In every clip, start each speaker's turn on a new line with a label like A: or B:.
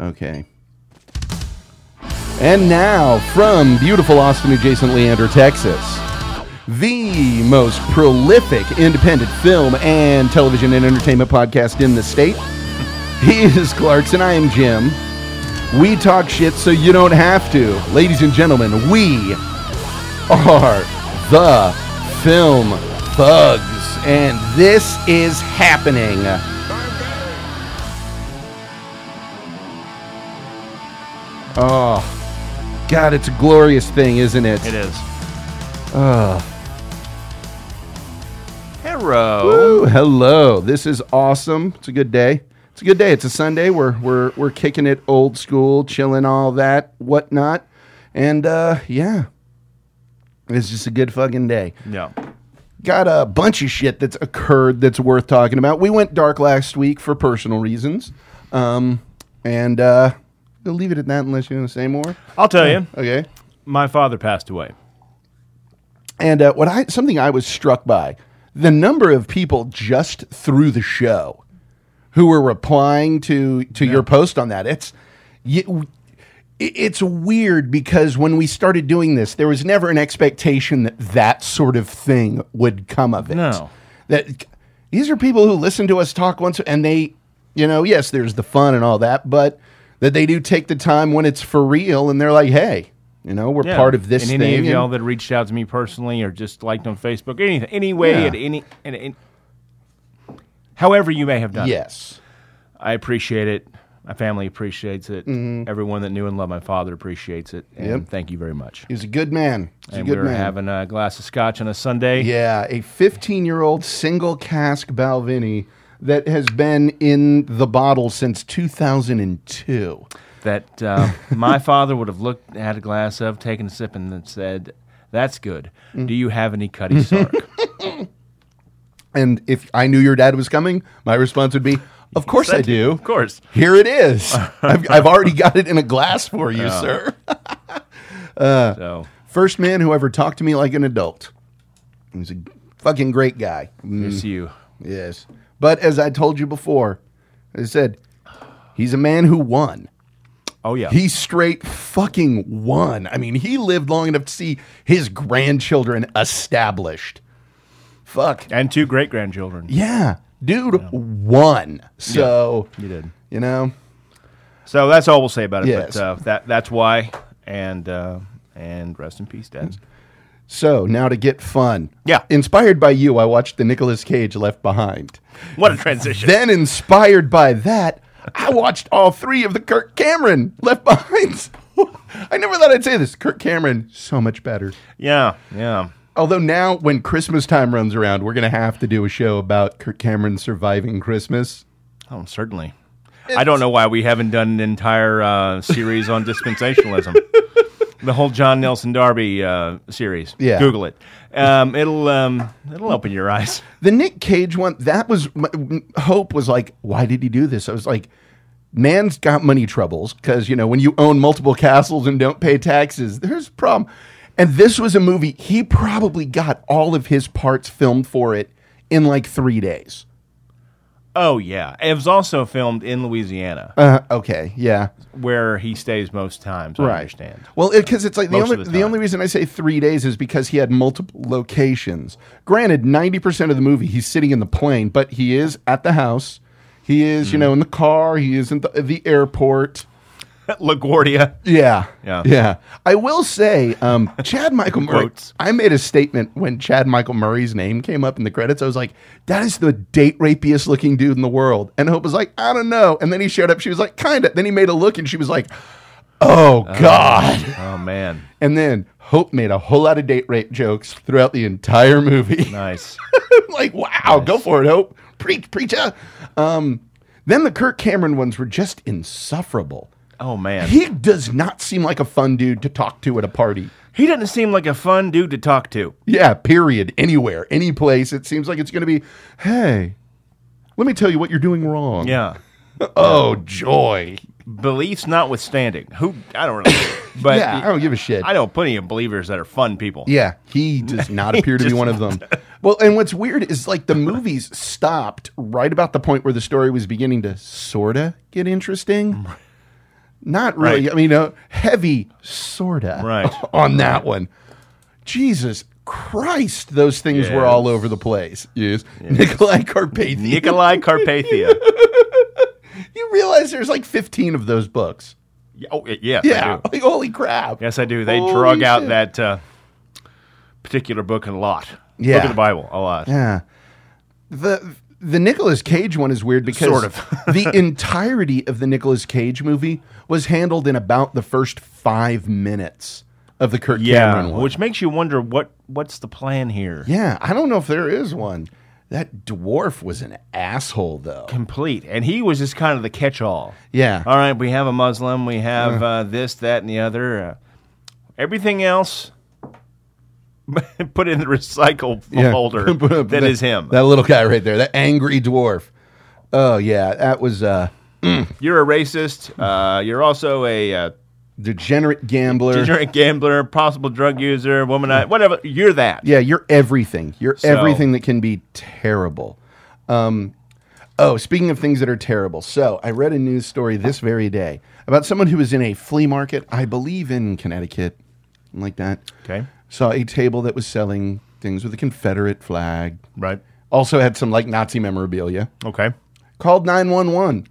A: Okay. And now from beautiful Austin adjacent Leander, Texas, the most prolific independent film and television and entertainment podcast in the state. He is Clarkson. I am Jim. We talk shit so you don't have to. Ladies and gentlemen, we are the film thugs, and this is happening. Oh, God, it's a glorious thing, isn't it?
B: It is.
A: Oh.
B: Hello.
A: Woo, hello. This is awesome. It's a good day. It's a good day. It's a Sunday. We're we're we're kicking it old school, chilling, all that, whatnot, and uh, yeah, it's just a good fucking day.
B: Yeah.
A: Got a bunch of shit that's occurred that's worth talking about. We went dark last week for personal reasons, um, and uh, we'll leave it at that unless you want to say more.
B: I'll tell you,
A: Okay.
B: my father passed away.
A: And uh, what I something I was struck by the number of people just through the show who were replying to to your post on that. It's you, it- it's weird because when we started doing this, there was never an expectation that that sort of thing would come of it.
B: No.
A: That these are people who listen to us talk once and they, you know, yes, there's the fun and all that, but that they do take the time when it's for real and they're like, hey, you know, we're
B: Yeah.
A: part of this
B: and
A: thing.
B: any of
A: and-
B: y'all that reached out to me personally or just liked on Facebook, anything, any way,
A: Yeah.
B: at any, and, and, however you may have done it,
A: yes.
B: I appreciate it. My family appreciates it. Everyone that knew and loved my father appreciates it. And
A: Mm-hmm. Yep.
B: thank you very much.
A: He's a good man. He's
B: and
A: a
B: we
A: good
B: were
A: man.
B: having a glass of scotch on a Sunday.
A: yeah, a 15 year old single cask Balvenie that has been in the bottle since 2002.
B: that uh, my father would have looked at a glass of, taken a sip, and then said, "That's good.
A: Mm.
B: Do you have any Cutty Sark?"
A: And if I knew your dad was coming, my response would be, Of course I do.
B: of course.
A: Here it is. I've, I've already got it in a glass for you, sir. Uh,
B: So
A: First man who ever talked to me like an adult. He's a fucking great guy. Mm,
B: miss you.
A: Yes. But as I told you before, I said, he's a man who won.
B: Oh yeah,
A: He straight fucking won. I mean, he lived long enough to see his grandchildren established. Fuck.
B: and two great grandchildren.
A: Yeah. Dude won. So,
B: You did.
A: you know,
B: So that's all we'll say about it.
A: Yes.
B: But uh, that that's why. And uh, and rest in peace, Dad.
A: so now to get fun.
B: Yeah.
A: Inspired by you, I watched the Nicolas Cage Left Behind.
B: What a transition.
A: Then, inspired by that, I watched all three of the Kirk Cameron Left Behinds. I never thought I'd say this. Kirk Cameron, so much better.
B: yeah, yeah.
A: Although now, when Christmas time runs around, we're going to have to do a show about Kirk Cameron surviving Christmas.
B: Oh, certainly. I don't know why we haven't done an entire uh, series on dispensationalism. the whole John Nelson Darby uh, series.
A: Yeah.
B: Google it. Um, it'll um, it'll open your eyes.
A: The Nick Cage one, that was my, Hope was like, why did he do this? I was like, man's got money troubles because, you know, when you own multiple castles and don't pay taxes, there's a problem. And this was a movie, he probably got all of his parts filmed for it in like three days.
B: Oh yeah. It was also filmed in Louisiana,
A: Uh, okay, yeah.
B: where he stays most times. I understand.
A: Well, because it's like the
B: Most of
A: only
B: the
A: the, only
B: time.
A: reason I say three days is because he had multiple locations. Granted, ninety percent of the movie he's sitting in the plane, but he is at the house. He is,
B: Mm-hmm.
A: you know, in the car. He is in the, the airport.
B: LaGuardia.
A: Yeah,
B: Yeah.
A: yeah. I will say, um, Chad Michael Murray.
B: Quotes.
A: I made a statement when Chad Michael Murray's name came up in the credits. I was like, "That is the date rapiest looking dude in the world." And Hope was like, "I don't know." And then he showed up. She was like, "Kinda." Then he made a look, and she was like, "Oh God."
B: Oh man.
A: And then Hope made a whole lot of date rape jokes throughout the entire movie.
B: Nice.
A: like, wow, go for it, Hope. Preach, preacher. Um, then the Kirk Cameron ones were just insufferable.
B: Oh man. He,
A: He does not seem like a fun dude to talk to at a party.
B: doesn't seem like a fun dude to talk to.
A: Yeah, period. Anywhere, any place. It seems like it's going to be, hey, let me tell you what you're doing wrong.
B: Yeah.
A: Oh, joy.
B: Beliefs notwithstanding. Who I don't really but
A: yeah, I don't give a shit.
B: I know plenty of believers that are fun people.
A: Yeah, he does not appear to be
B: just
A: one of them. well, and what's weird is like the movies stopped right about the point where the story was beginning to sorta get interesting. Not really.
B: Right.
A: I mean, uh, heavy sorta
B: Right.
A: on that one. Jesus Christ, those things were all
B: Yes.
A: over the place. Yes. Nikolai Carpathian.
B: Nikolai Carpathia.
A: you realize there's like 15 of those books.
B: Yeah, oh, y- yes, I
A: Yeah.
B: do.
A: Like, holy crap.
B: Yes, I do. They
A: Holy
B: drug out
A: shit.
B: that uh, particular book a lot.
A: Yeah.
B: Book of the Bible a lot.
A: Yeah. The the Nicolas Cage one is weird because
B: Sort of.
A: the entirety of the Nicolas Cage movie was handled in about the first five minutes of the Kirk Cameron one.
B: which makes you wonder what what's the plan here?
A: yeah, I don't know if there is one. That dwarf was an asshole though.
B: Complete, and he was just kind of the catch-all.
A: Yeah.
B: All right, we have a Muslim, we have uh, this, that, and the other. Uh, everything else, put in the recycle
A: Yeah.
B: folder.
A: Put up
B: that is him.
A: That little guy right there, that angry dwarf. Oh yeah, that was uh
B: you're a racist. Uh, you're also a uh,
A: degenerate gambler.
B: degenerate gambler, possible drug user, womanizer, whatever. You're that.
A: Yeah, you're everything. You're
B: So-
A: everything that can be terrible. Um, oh, speaking of things that are terrible, so I read a news story this very day about someone who was in a flea market, I believe in Connecticut, something like that.
B: Okay.
A: Saw a table that was selling things with a Confederate flag.
B: Right.
A: Also had some like Nazi memorabilia.
B: Okay.
A: Called 911.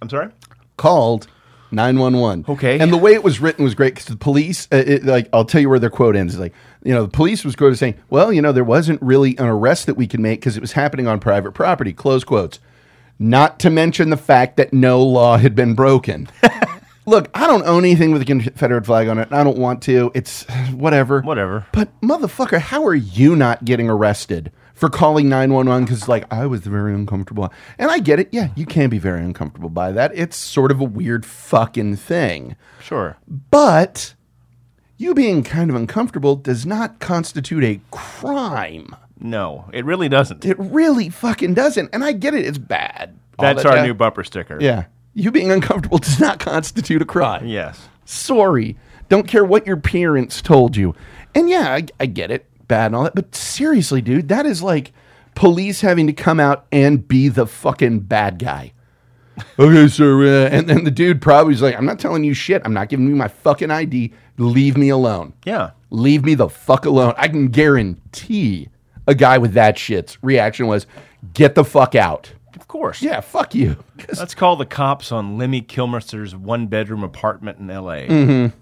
B: I'm sorry.
A: Called 911.
B: Okay.
A: And the way it was written was great because the police, uh, it, like, I'll tell you where their quote ends. It's like, you know, the police was quoted saying, well, you know, there wasn't really an arrest that we could make because it was happening on private property, close quotes. Not to mention the fact that no law had been broken. Look, I don't own anything with a Confederate flag on it. and I don't want to. It's whatever.
B: Whatever.
A: But motherfucker, how are you not getting arrested for calling 911 cuz like I was very uncomfortable. And I get it. Yeah, you can be very uncomfortable by that. It's sort of a weird fucking thing.
B: Sure.
A: But you being kind of uncomfortable does not constitute a crime.
B: No, it really doesn't.
A: It really fucking doesn't. And I get it. It's bad. All
B: That's
A: that
B: our
A: jazz.
B: new bumper sticker.
A: Yeah. You being uncomfortable does not constitute a crime.
B: Yes.
A: Sorry. Don't care what your parents told you. And yeah, I, I get it. Bad and all that. But seriously, dude, that is like police having to come out and be the fucking bad guy. okay, sir. uh, and then the dude probably is like, I'm not telling you shit. I'm not giving you my fucking ID. Leave me alone.
B: Yeah.
A: Leave me the fuck alone. I can guarantee a guy with that shit's reaction was, get the fuck out.
B: Of course.
A: Yeah, fuck you. 'Cause
B: Let's call the cops on Lemmy Kilmister's one bedroom apartment in L.A.
A: Mm-hmm.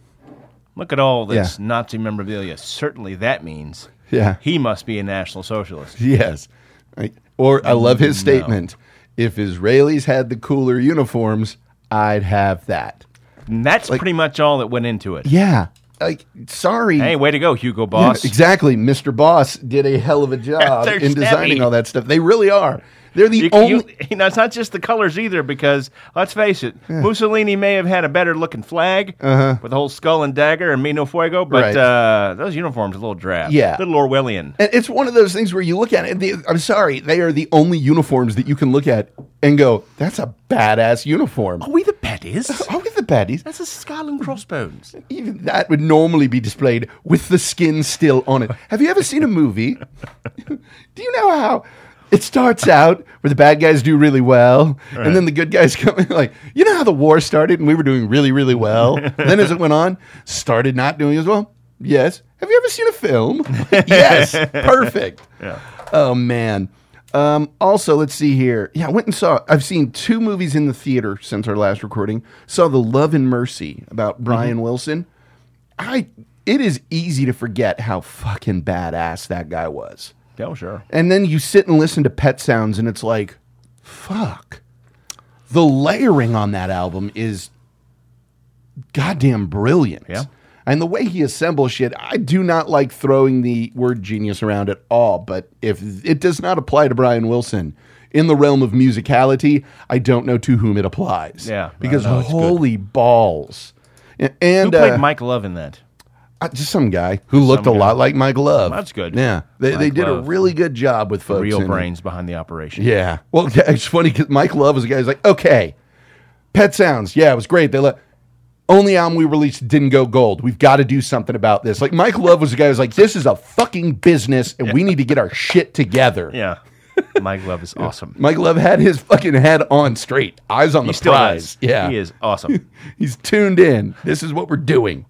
B: Look at all this Nazi memorabilia. Certainly that means
A: Yeah.
B: he must be a National Socialist.
A: Yes. I- Or I love his statement. If Israelis had the cooler uniforms, I'd have that.
B: And that's pretty much all that went into it.
A: Yeah. Like, sorry.
B: Hey, way to go, Hugo
A: Yeah,
B: Boss.
A: exactly. Mr. Boss did a hell of a job
B: They're
A: in designing
B: savvy.
A: all that stuff. They really are. They're the
B: You,
A: only.
B: you, you know, it's not just the colors either, because let's face it, Mussolini may have had a better looking flag with a whole skull and dagger and Mino Fuego, but
A: Uh-huh. Right.
B: uh, those uniforms are a little drab.
A: Yeah.
B: A little Orwellian.
A: and it's one of those things where you look at it. The, I'm sorry, they are the only uniforms that you can look at and go, "That's a badass uniform."
B: Are we the baddies?
A: Are we the baddies?
B: That's a skull and crossbones.
A: even that would normally be displayed with the skin still on it. Have you ever seen a movie? do you know how it starts out where the bad guys do really well, and then the good guys come in like, you know how the war started and we were doing really, really well. then as it went on, started not doing as well. Yes. Have you ever seen a film? yes. Perfect.
B: Yeah.
A: Oh man. Um, also, let's see here. Yeah, I went and saw. I've seen two movies in the theater since our last recording. Saw the Love and Mercy about Brian Wilson. I. It is easy to forget how fucking badass that guy was.
B: Yeah, sure.
A: And then you sit and listen to Pet Sounds, and it's like, fuck. The layering on that album is goddamn brilliant.
B: Yeah.
A: And the way he assembles shit, I do not like throwing the word genius around at all, but if it does not apply to Brian Wilson in the realm of musicality, I don't know to whom it applies.
B: Yeah, I
A: Because
B: know, it's good.
A: holy balls. A- And
B: Who played
A: uh,
B: Mike Love in that?
A: uh, just some guy who looked a lot like Mike Love.
B: That's good.
A: Yeah, they, they
B: Mike
A: did a
B: Love.
A: really good job with folks.
B: Real
A: in it.
B: brains behind the operation.
A: Yeah. Well, yeah, it's funny because Mike Love was a guy who's like, okay, Pet Sounds, yeah, it was great. They let only album we released didn't go gold. We've got to do something about this. Like Mike Love was a guy who's like, this is a fucking business, and we need to get our shit together.
B: Yeah. Mike Love is awesome.
A: Mike Love had his fucking head on straight, eyes on the
B: He still
A: prize.
B: is.
A: Yeah,
B: He is awesome.
A: He's tuned in. This is what we're doing.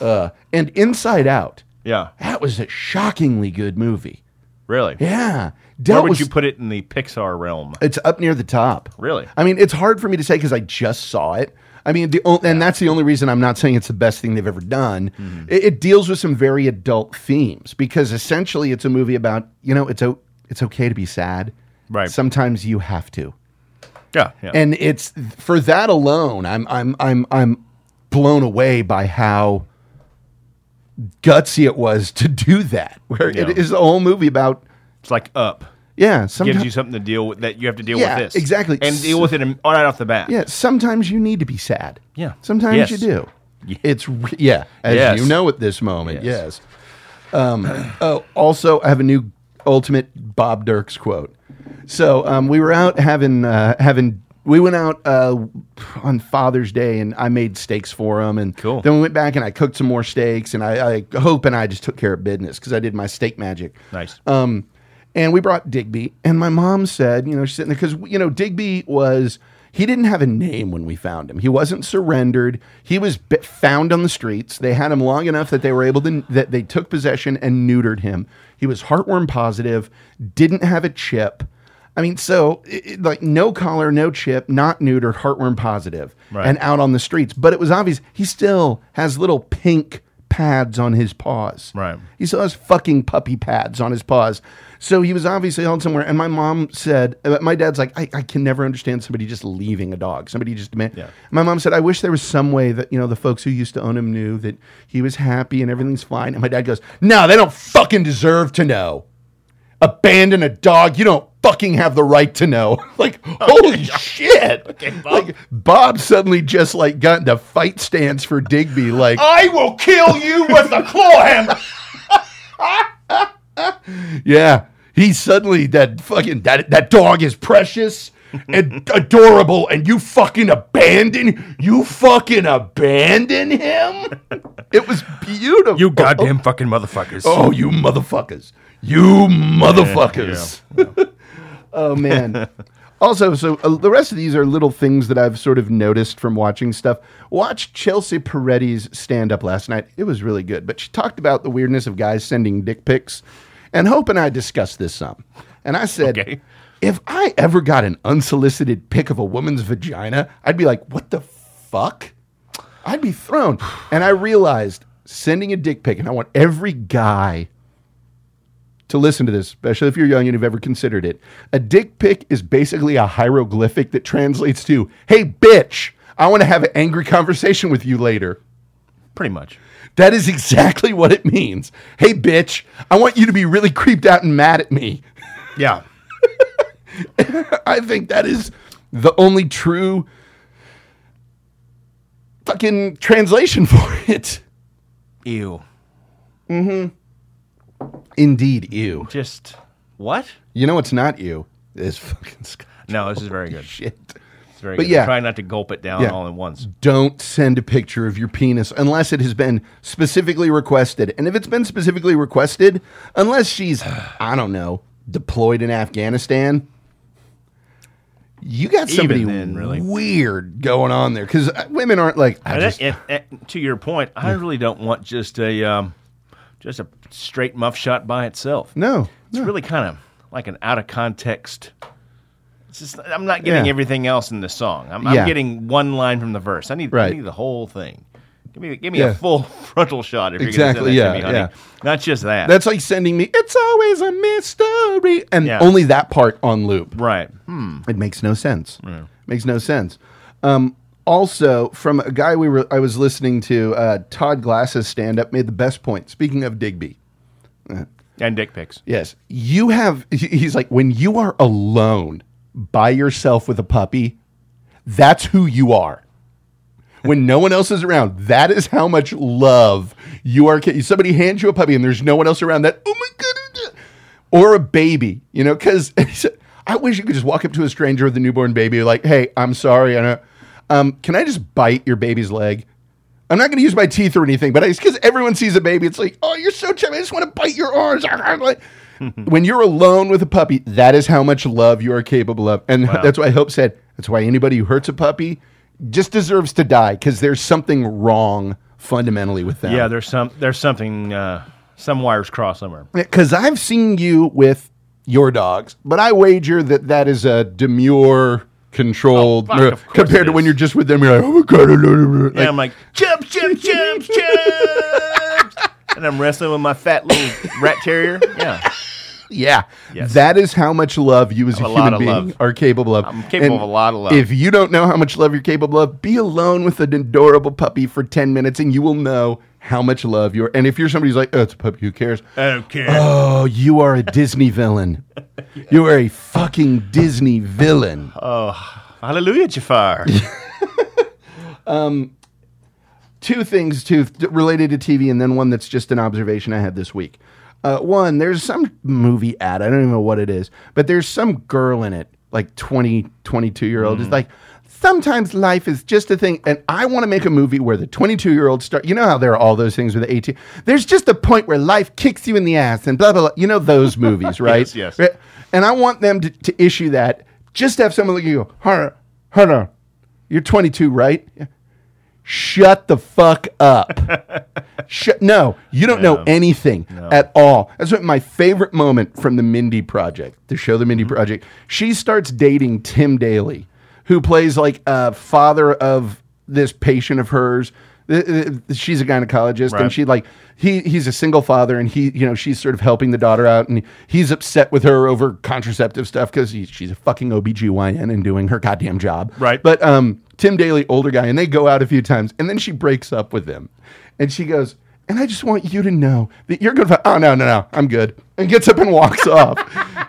A: uh, and Inside Out,
B: Yeah.
A: that was a shockingly good movie.
B: Really.
A: Yeah,
B: Where
A: That
B: would
A: was-
B: you put it in the Pixar realm?
A: It's up near the top.
B: Really?
A: I mean, it's hard for me to say because I just saw it. I mean, the o- and that's the only reason I'm not saying it's the best thing they've ever done.
B: Mm-hmm.
A: It, it deals with some very adult themes because essentially it's a movie about you know it's o- it's okay to be sad.
B: Right.
A: Sometimes you have to,
B: Yeah. Yeah.
A: and it's for that alone. I'm I'm I'm I'm blown away by how gutsy it was to do that. Where
B: Yeah.
A: it is a whole movie about
B: it's like up.
A: yeah. Sometimes
B: Gives you something to deal with that you have to deal
A: Yeah,
B: with this
A: exactly.
B: and deal with it im- right off the bat.
A: Yeah, sometimes you need to be sad.
B: Yeah.
A: Sometimes
B: Yes.
A: you do.
B: Ye-
A: It's re- yeah, as
B: Yes.
A: you know at this moment. Yes.
B: Yes.
A: Um, oh, also, I have a new ultimate Bob Dirks quote. So um, we were out having uh, having we went out uh, on Father's Day and I made steaks for him and
B: Cool.
A: then we went back and I cooked some more steaks and I, I hope and I just took care of business because I did my steak magic.
B: Nice.
A: Um, and we brought Digby, and my mom said, you know, she's sitting there because you know Digby was he didn't have a name when we found him. He wasn't surrendered. He was b- found on the streets. They had him long enough that they were able to that they took possession and neutered him. He was heartworm positive, didn't have a chip. I mean, so it, it- like no collar, no chip, not neutered, heartworm positive,
B: Right.
A: and out on the streets. But it was obvious he still has little pink pads on his paws.
B: Right.
A: He still has fucking puppy pads on his paws. So he was obviously held somewhere. And my mom said, uh, my dad's like, I, I can never understand somebody just leaving a dog. Somebody just, man.
B: Yeah.
A: My mom said, I wish there was some way that, you know, the folks who used to own him knew that he was happy and everything's fine. And my dad goes, no, they don't fucking deserve to know. Abandon a dog. You don't fucking have the right to know. like, holy shit.
B: Bob.
A: Like, Bob suddenly just like got into fight stance for Digby. Like,
B: I will kill you with the claw hammer.
A: Yeah. He suddenly that fucking that that dog is precious and adorable and you fucking abandon you fucking abandon him? It was beautiful.
B: You goddamn fucking motherfuckers.
A: Oh, you motherfuckers. You motherfuckers. oh man. Also, so uh, the rest of these are little things that I've sort of noticed from watching stuff. Watch Chelsea Peretti's stand up last night. It was really good, but she talked about the weirdness of guys sending dick pics. And Hope and I discussed this some. And I said,
B: Okay.
A: if I ever got an unsolicited pic of a woman's vagina, I'd be like, what the fuck? I'd be thrown. And I realized sending a dick pic, and I want every guy to listen to this, especially if you're young and you've ever considered it. A dick pic is basically a hieroglyphic that translates to, hey, bitch, I want to have an angry conversation with you later.
B: Pretty much.
A: That is exactly what it means. Hey, bitch, I want you to be really creeped out and mad at me.
B: Yeah.
A: I think that is the only true fucking translation for it.
B: Ew.
A: Indeed, you.
B: Just what?
A: You know it's not you. It's fucking Scotch.
B: No, this is very good.
A: Shit.
B: It's very
A: But
B: good.
A: yeah.
B: Try not to gulp it down
A: Yeah.
B: all at once.
A: Don't send a picture of your penis unless it has been specifically requested. And if it's been specifically requested, unless she's, I don't know, deployed in Afghanistan, you got
B: Even
A: somebody
B: then, really.
A: weird going on there. Because women aren't like, I
B: And
A: just,
B: that- and- and to your point, I really don't want just a um, just a straight muff shot by itself.
A: no.
B: It's really kind of like an out of context. It's just, I'm not getting
A: Yeah.
B: everything else in the song. I'm, I'm
A: Yeah.
B: getting one line from the verse. I need,
A: Right.
B: I need the whole thing. Give me, give me
A: Yeah.
B: a full frontal shot if
A: Exactly,
B: you're going to
A: yeah,
B: send that to me, honey. Not just that.
A: That's like sending me, it's always a mystery. And
B: Yeah.
A: only that part on loop.
B: right. Hmm.
A: It makes no sense. Makes no sense. Um, also, from a guy we were, I was listening to, uh, Todd Glass's stand up made the best point. Speaking of Digby,
B: And dick pics.
A: yes, you have. he- He's like, when you are alone by yourself with a puppy, that's who you are. When no one else is around, that is how much love you are. ca- Somebody hands you a puppy and there's no one else around. That oh my god, or a baby, you know? Because I wish you could just walk up to a stranger with a newborn baby, like, "Hey, I'm sorry, I know. Um, can I just bite your baby's leg? I'm not going to use my teeth or anything, but it's because everyone sees a baby. It's like, oh, you're so chubby. I just want to bite your arms. Like, when you're alone with a puppy, that is how much love you are capable of. And that's why Hope said, that's why anybody who hurts a puppy just deserves to die because there's something wrong fundamentally with them.
B: Yeah, there's some there's something uh, some wires crossed somewhere.
A: Because I've seen you with your dogs, but I wager that that is a demure, controlled,
B: Oh, fuck, of course
A: compared
B: it
A: to when
B: is.
A: you're just with them, you're like, oh my God, I love it."
B: Yeah,
A: Like,
B: I'm like chimps, chimps, chimps, chimps, and I'm wrestling with my fat little rat terrier. Yeah,
A: yeah.
B: Yes.
A: That is how much love you as a,
B: A lot
A: human
B: of
A: being
B: love.
A: are capable of.
B: I'm capable of a lot of love.
A: If you don't know how much love you're capable of, be alone with an adorable puppy for 10 minutes and you will know how much love you're. And if you're somebody who's like, oh, it's a puppy, who cares?
B: okay.
A: Oh, you are a Disney villain. You are a fucking Disney villain.
B: Hallelujah, Jafar.
A: two things to related to TV, and then one that's just an observation I had this week. Uh, one, there's some movie ad. I don't even know what it is, but there's some girl in it, like 20, 22 year old, is
B: Mm.
A: like, sometimes life is just a thing. And I want to make a movie where the 22 year old start. You know how there are all those things with the 18. There's just a point where life kicks you in the ass and blah, blah, blah. You know those movies, right?
B: Yes, yes.
A: Right? And I want them to, to issue that. Just to have someone look at you, go, Hunter, Hunter, you're 22, right? shut the fuck up. shut, no, you don't know anything at all. That's what my favorite moment from the Mindy Project, the show The
B: Mm-hmm.
A: Mindy Project. She starts dating Tim Daly, who plays like a father of this patient of hers. Th- th- She's a gynecologist, and
B: Right.
A: she like he he's a single father, and he you know she's sort of helping the daughter out, and he's upset with her over contraceptive stuff because she's a fucking OBGYN and doing her goddamn job,
B: Right.
A: But but um, Tim Daly, older guy, and they go out a few times, and then she breaks up with him, and she goes, "And I just want you to know that you're going to." Oh no, no, no, I'm good, and gets up and walks off.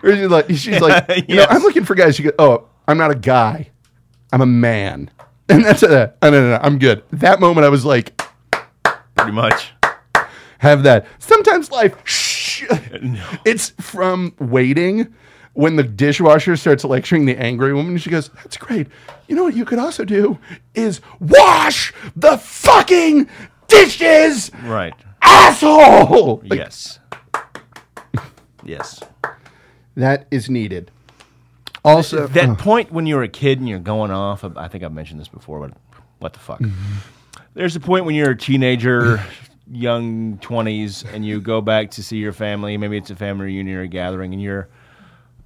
A: Or she's like, she's like, you know,
B: Yes.
A: I'm looking for guys. She goes, "Oh, I'm not a guy, I'm a man," and that's it. Oh, no, no, no, I'm good. That moment, I was like,
B: Pretty much.
A: have that. Sometimes life, shh, it's from waiting when the dishwasher starts lecturing the angry woman. She goes, "That's great. You know what you could also do is wash the fucking dishes,
B: Right.
A: asshole." Like,
B: yes. Yes.
A: that is needed. Also,
B: That point when you're a kid and you're going off, I think I've mentioned this before, but what the fuck? There's a point when you're a teenager, young 20s, and you go back to see your family. Maybe it's a family reunion or a gathering, and you're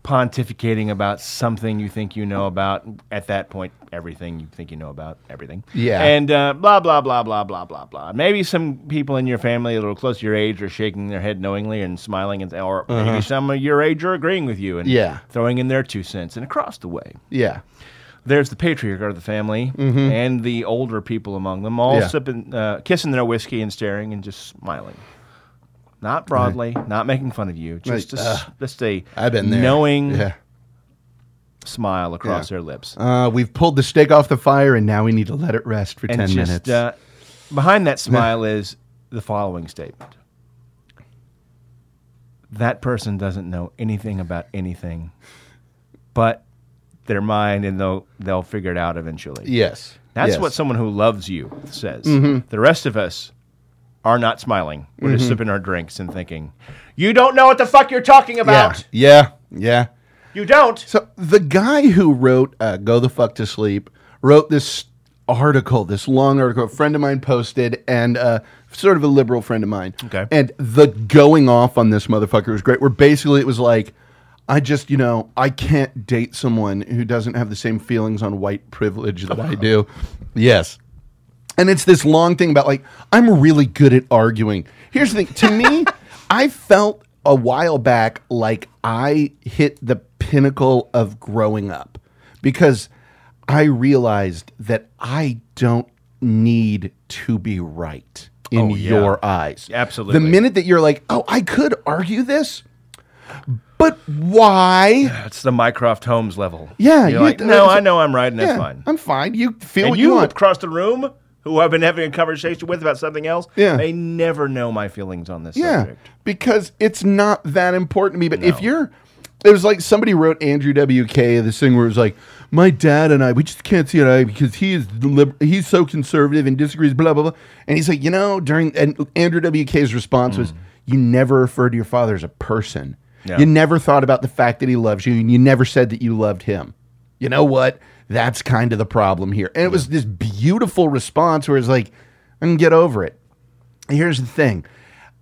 B: pontificating about something you think you know about. At that point, everything you think you know about, everything.
A: Yeah.
B: And uh, blah, blah, blah, blah, blah, blah, blah. Maybe some people in your family a little close to your age are shaking their head knowingly and smiling, and, or maybe some of your age are agreeing with you. And
A: Uh-huh. Yeah.
B: throwing in their two cents and across the way.
A: yeah,
B: There's the patriarch of the family and the older people among them, all
A: Mm-hmm. Yeah.
B: sipping, uh, kissing their whiskey and staring and just smiling. Not broadly, not making fun of you, just
A: Like,
B: a, s- just a
A: I've been there.
B: knowing
A: Yeah.
B: smile across
A: Yeah.
B: their lips.
A: Uh, we've pulled the steak off the fire, and now we need to let it rest for
B: and
A: ten
B: just
A: minutes.
B: Uh, behind that smile is the following statement. That person doesn't know anything about anything, but their mind and they'll they'll figure it out eventually.
A: yes,
B: That's
A: yes.
B: what someone who loves you says. The rest of us are not smiling. We're just sipping our drinks and thinking, "You don't know what the fuck you're talking
A: Yeah,
B: about.
A: yeah, yeah.
B: You don't."
A: So the guy who wrote uh, "Go the Fuck to Sleep" wrote this article, this long article. A friend of mine posted, and uh, sort of a liberal friend of mine.
B: Okay.
A: And the going off on this motherfucker was great. Where basically it was like, I just, you know, I can't date someone who doesn't have the same feelings on white privilege that I do. Yes. And it's this long thing about like, I'm really good at arguing. Here's the thing to me, I felt a while back like I hit the pinnacle of growing up because I realized that I don't need to be right in
B: Oh, yeah.
A: your eyes.
B: Absolutely.
A: The minute that you're like, oh, I could argue this, but why?
B: That's the Mycroft Holmes level.
A: Yeah,
B: You're
A: you-
B: like, "No, I know I'm right, and that's
A: Yeah,
B: fine."
A: I'm fine. You feel
B: and
A: what
B: you,
A: you want.
B: across the room who I've been having a conversation with about something else,
A: Yeah.
B: they never know my feelings on this
A: Yeah,
B: subject.
A: because it's not that important to me. But if
B: No.
A: you're, it was like somebody wrote Andrew WK this thing where it was like, my dad and I, we just can't see eye because he is the lib- he's so conservative and disagrees, blah blah blah. And he's like, you know, during and Andrew WK's response was, you never refer to your father as a person.
B: Mm. Yeah.
A: You never thought about the fact that he loves you, and you never said that you loved him. You know what? That's kind of the problem here. And it was this beautiful response where it's like, I can get over it. Here's the thing.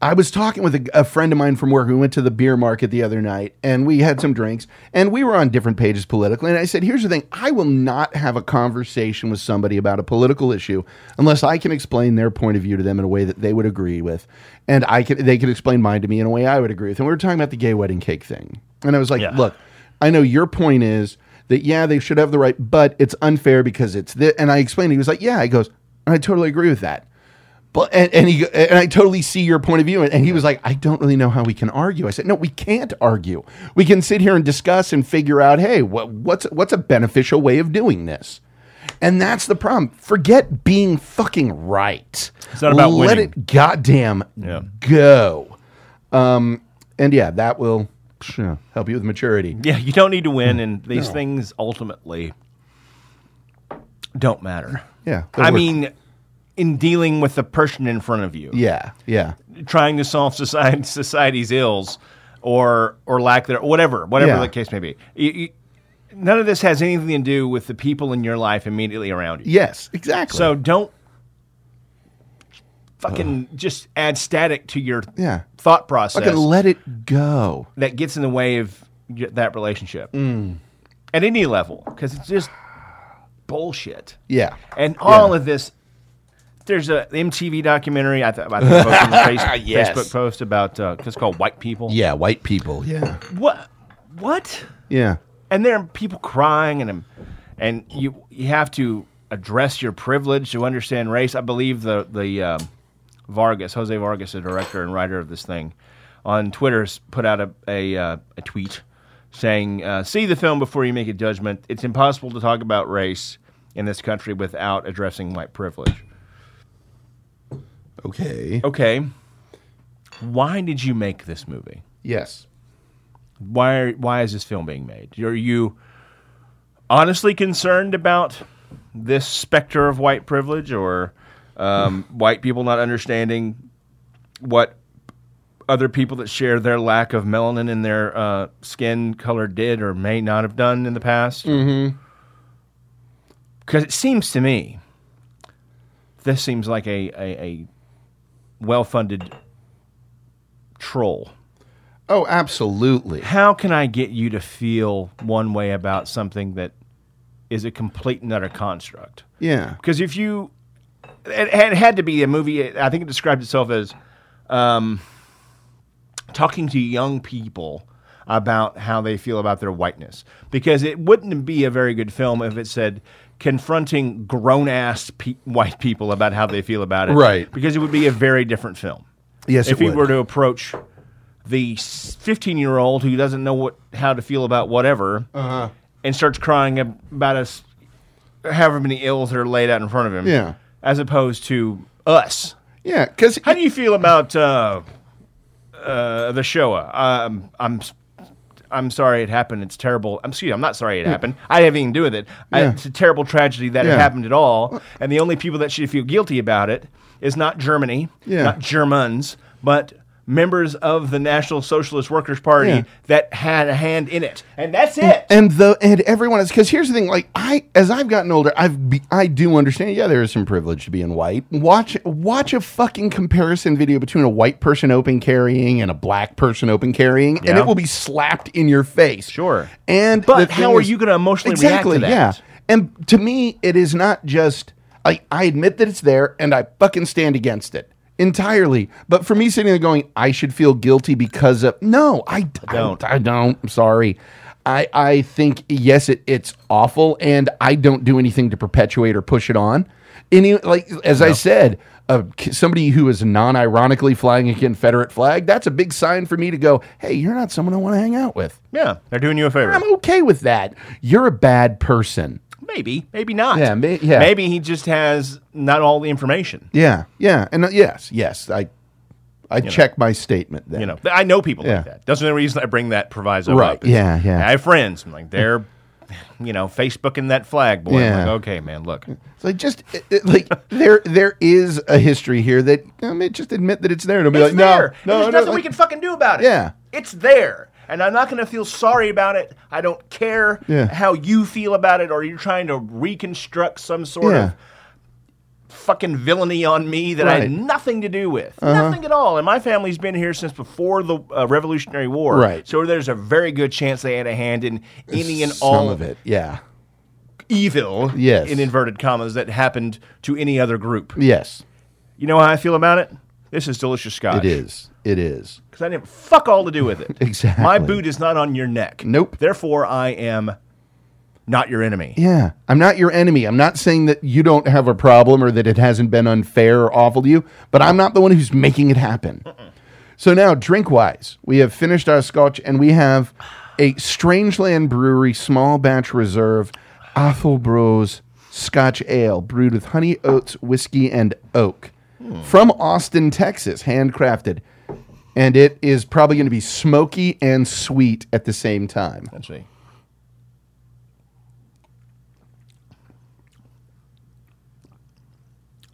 A: I was talking with a, a friend of mine from work. We went to the beer market the other night and we had some drinks and we were on different pages politically. And I said, Here's the thing I will not have a conversation with somebody about a political issue unless I can explain their point of view to them in a way that they would agree with. And I can, they could explain mine to me in a way I would agree with. And we were talking about the gay wedding cake thing. And I was like,
B: Yeah.
A: Look, I know your point is that yeah, they should have the right, but it's unfair because it's this. And I explained. He was like, yeah. He goes, I totally agree with that. But and, and he and I totally see your point of view. And, and he was like, I don't really know how we can argue. I said, no, we can't argue. We can sit here and discuss and figure out, hey, what, what's what's a beneficial way of doing this. And that's the problem. Forget being fucking right.
B: It's not about
A: Let
B: winning.
A: it goddamn
B: Yeah.
A: go. Um, and yeah, that will phew, help you with maturity.
B: Yeah, you don't need to win, and
A: Mm.
B: these things ultimately don't matter.
A: Yeah.
B: I mean, in dealing with the person in front of you,
A: Yeah, yeah,
B: trying to solve society, society's ills or or lack thereof, whatever, whatever
A: Yeah.
B: the case may be. You- you- none of this has anything to do with the people in your life immediately around you.
A: yes, exactly.
B: So don't fucking just add static to your
A: Yeah.
B: thought process
A: fucking let it go.
B: that gets in the way of y- that relationship
A: Mm.
B: at any level because it's just bullshit.
A: Yeah,
B: And all of this, there's a MTV documentary. I, th- I think I posted on the face-
A: Yes.
B: Facebook post about uh, it's called White People.
A: yeah, white people. Yeah,
B: What? What?
A: yeah,
B: And there are people crying, and and you you have to address your privilege to understand race. I believe the the um, Vargas, Jose Vargas, the director and writer of this thing, on Twitter s- put out a a, uh, a tweet saying, uh, "See the film before you make a judgment. It's impossible to talk about race." In this country, without addressing white privilege.
A: okay,
B: okay, why did you make this movie?
A: yes,
B: Why are, why is this film being made? Are you honestly concerned about this specter of white privilege or um, white people not understanding what other people that share their lack of melanin in their uh, skin color did or may not have done in the past? Because it seems to me this seems like a, a, a well funded troll
A: oh, absolutely.
B: how can I get you to feel one way about something that is a complete and utter construct?
A: Yeah,
B: Because if you, it, had- it had to be a movie. I think it described itself as um, talking to young people about how they feel about their whiteness. Because it wouldn't be a very good film if it said confronting grown ass pe- white people about how they feel about it.
A: Right.
B: Because it would be a very different film
A: yes.
B: if
A: it
B: he
A: would.
B: were to approach the 15 year old who doesn't know what how to feel about whatever
A: Uh-huh.
B: and starts crying ab- about us however many ills that are laid out in front of him
A: Yeah.
B: as opposed to us
A: yeah, because
B: how do you feel about uh, uh, the Showa? Um, I'm s- I'm sorry it happened. It's terrible. I'm excuse me. I'm not sorry it happened. I didn't have anything to do with it. I,
A: Yeah.
B: it's a terrible tragedy that
A: Yeah.
B: it happened at all. And the only people that should feel guilty about it is not Germany,
A: Yeah.
B: not Germans, but members of the National Socialist Workers Party
A: Yeah.
B: that had a hand in it. And that's it.
A: and the and everyone is because here's the thing. Like I, as I've gotten older, I've be, I do understand. Yeah, there is some privilege to being white. Watch watch a fucking comparison video between a white person open carrying and a black person open carrying, and
B: Yeah.
A: it will be slapped in your face.
B: Sure.
A: And
B: But
A: the
B: how
A: thing
B: are you gonna emotionally react to
A: exactly,
B: that?
A: Yeah. And to me, it is not just I, I admit that it's there and I fucking stand against it entirely. But for me sitting there going, I should feel guilty because of no, I, d- I
B: don't.
A: don't. I don't. I'm sorry. I, I think yes, it, it's awful, and I don't do anything to perpetuate or push it on. Any like as I said, uh, somebody who is non-ironically flying a Confederate flag, that's a big sign for me to go. Hey, you're not someone I want to hang out with.
B: yeah, they're doing you a favor.
A: I'm okay with that. You're a bad person.
B: maybe, maybe not.
A: Yeah, may- yeah.
B: Maybe he just has not all the information.
A: Yeah, yeah, and uh, yes, yes. I I check my statement then.
B: You know, I know people
A: Yeah.
B: like that. That's the only reason I bring that proviso
A: Right,
B: up. is
A: yeah, yeah.
B: I have friends. I'm like they're, you know, Facebooking that flag boy.
A: Yeah.
B: I'm like, okay, man, look,
A: It's like just it, it- like there there is a history here that I mean, just admit that it's there. And I'll be
B: it's
A: like, no,
B: there.
A: no,
B: There's
A: no,
B: nothing we
A: like-
B: can fucking do about it.
A: Yeah.
B: it's there. and I'm not going to feel sorry about it. I don't care
A: Yeah.
B: how you feel about it, or you're trying to reconstruct some sort
A: Yeah.
B: of fucking villainy on me that I had
A: Right. Uh-huh.
B: nothing to do with, nothing at all. And my family's been here since before the uh, Revolutionary War,
A: Right.
B: So there's a very good chance they had a hand in any and all
A: Some of it. Yeah.
B: evil,
A: Yes.
B: in inverted commas, that happened to any other group.
A: Yes.
B: You know how I feel about it? This is delicious scotch.
A: It is. It is.
B: Because I didn't fuck all to do with it.
A: Exactly.
B: My boot is not on your neck.
A: Nope.
B: Therefore, I am not your enemy.
A: Yeah. I'm not your enemy. I'm not saying that you don't have a problem or that it hasn't been unfair or awful to you, but I'm not the one who's making it happen. So now, drink wise, we have finished our scotch and we have a Strangeland Brewery small batch reserve Athelbros Scotch Ale brewed with honey, oats, whiskey, and oak from Austin, Texas, handcrafted. And it is probably going to be smoky and sweet at the same time.
B: Let's see.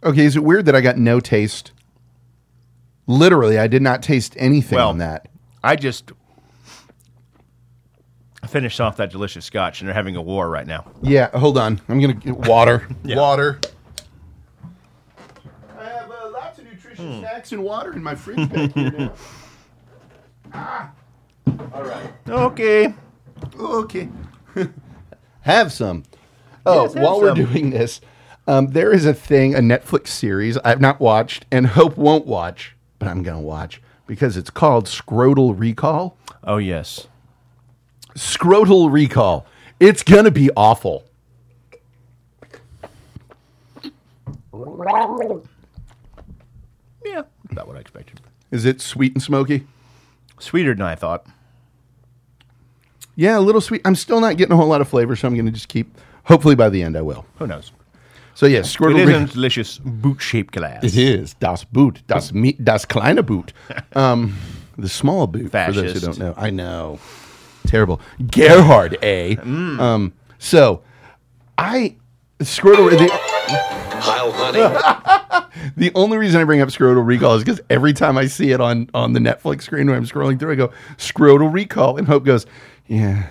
A: Okay, is it weird that I got no taste? Literally, I did not taste anything
B: Well-
A: on that.
B: I just finished off that delicious scotch, and they're having a war right now.
A: Yeah, hold on. I'm gonna get water. Water. I have uh, lots of nutritious
B: Hmm.
A: snacks and water in my fridge back here now. ah. All right.
B: Okay.
A: Okay. have some. Oh,
B: Yes, have
A: while we're
B: some.
A: doing this, um, there is a thing, a Netflix series I've not watched and hope won't watch, but I'm gonna watch because it's called Scrotal Recall.
B: Oh, yes.
A: Scrotal Recall. It's gonna be awful.
B: Yeah. About what I expected.
A: Is it sweet and smoky?
B: Sweeter than I thought.
A: Yeah, a little sweet. I'm still not getting a whole lot of flavor, so I'm going to just keep. Hopefully, by the end, I will.
B: Who knows?
A: So yeah,
B: It
A: Squirtle.
B: is
A: Re-
B: in delicious boot shaped glass.
A: it is das Boot, das Mi- das kleine Boot, um, the small boot. For those who
B: Fascist.
A: don't know, I know, terrible. Gerhard A. Um, so I Squirtle. The,
C: Heil, honey.
A: the only reason I bring up Scrotal Recall is because every time I see it on on the Netflix screen when I'm scrolling through, I go Scrotal Recall, and Hope goes, yeah.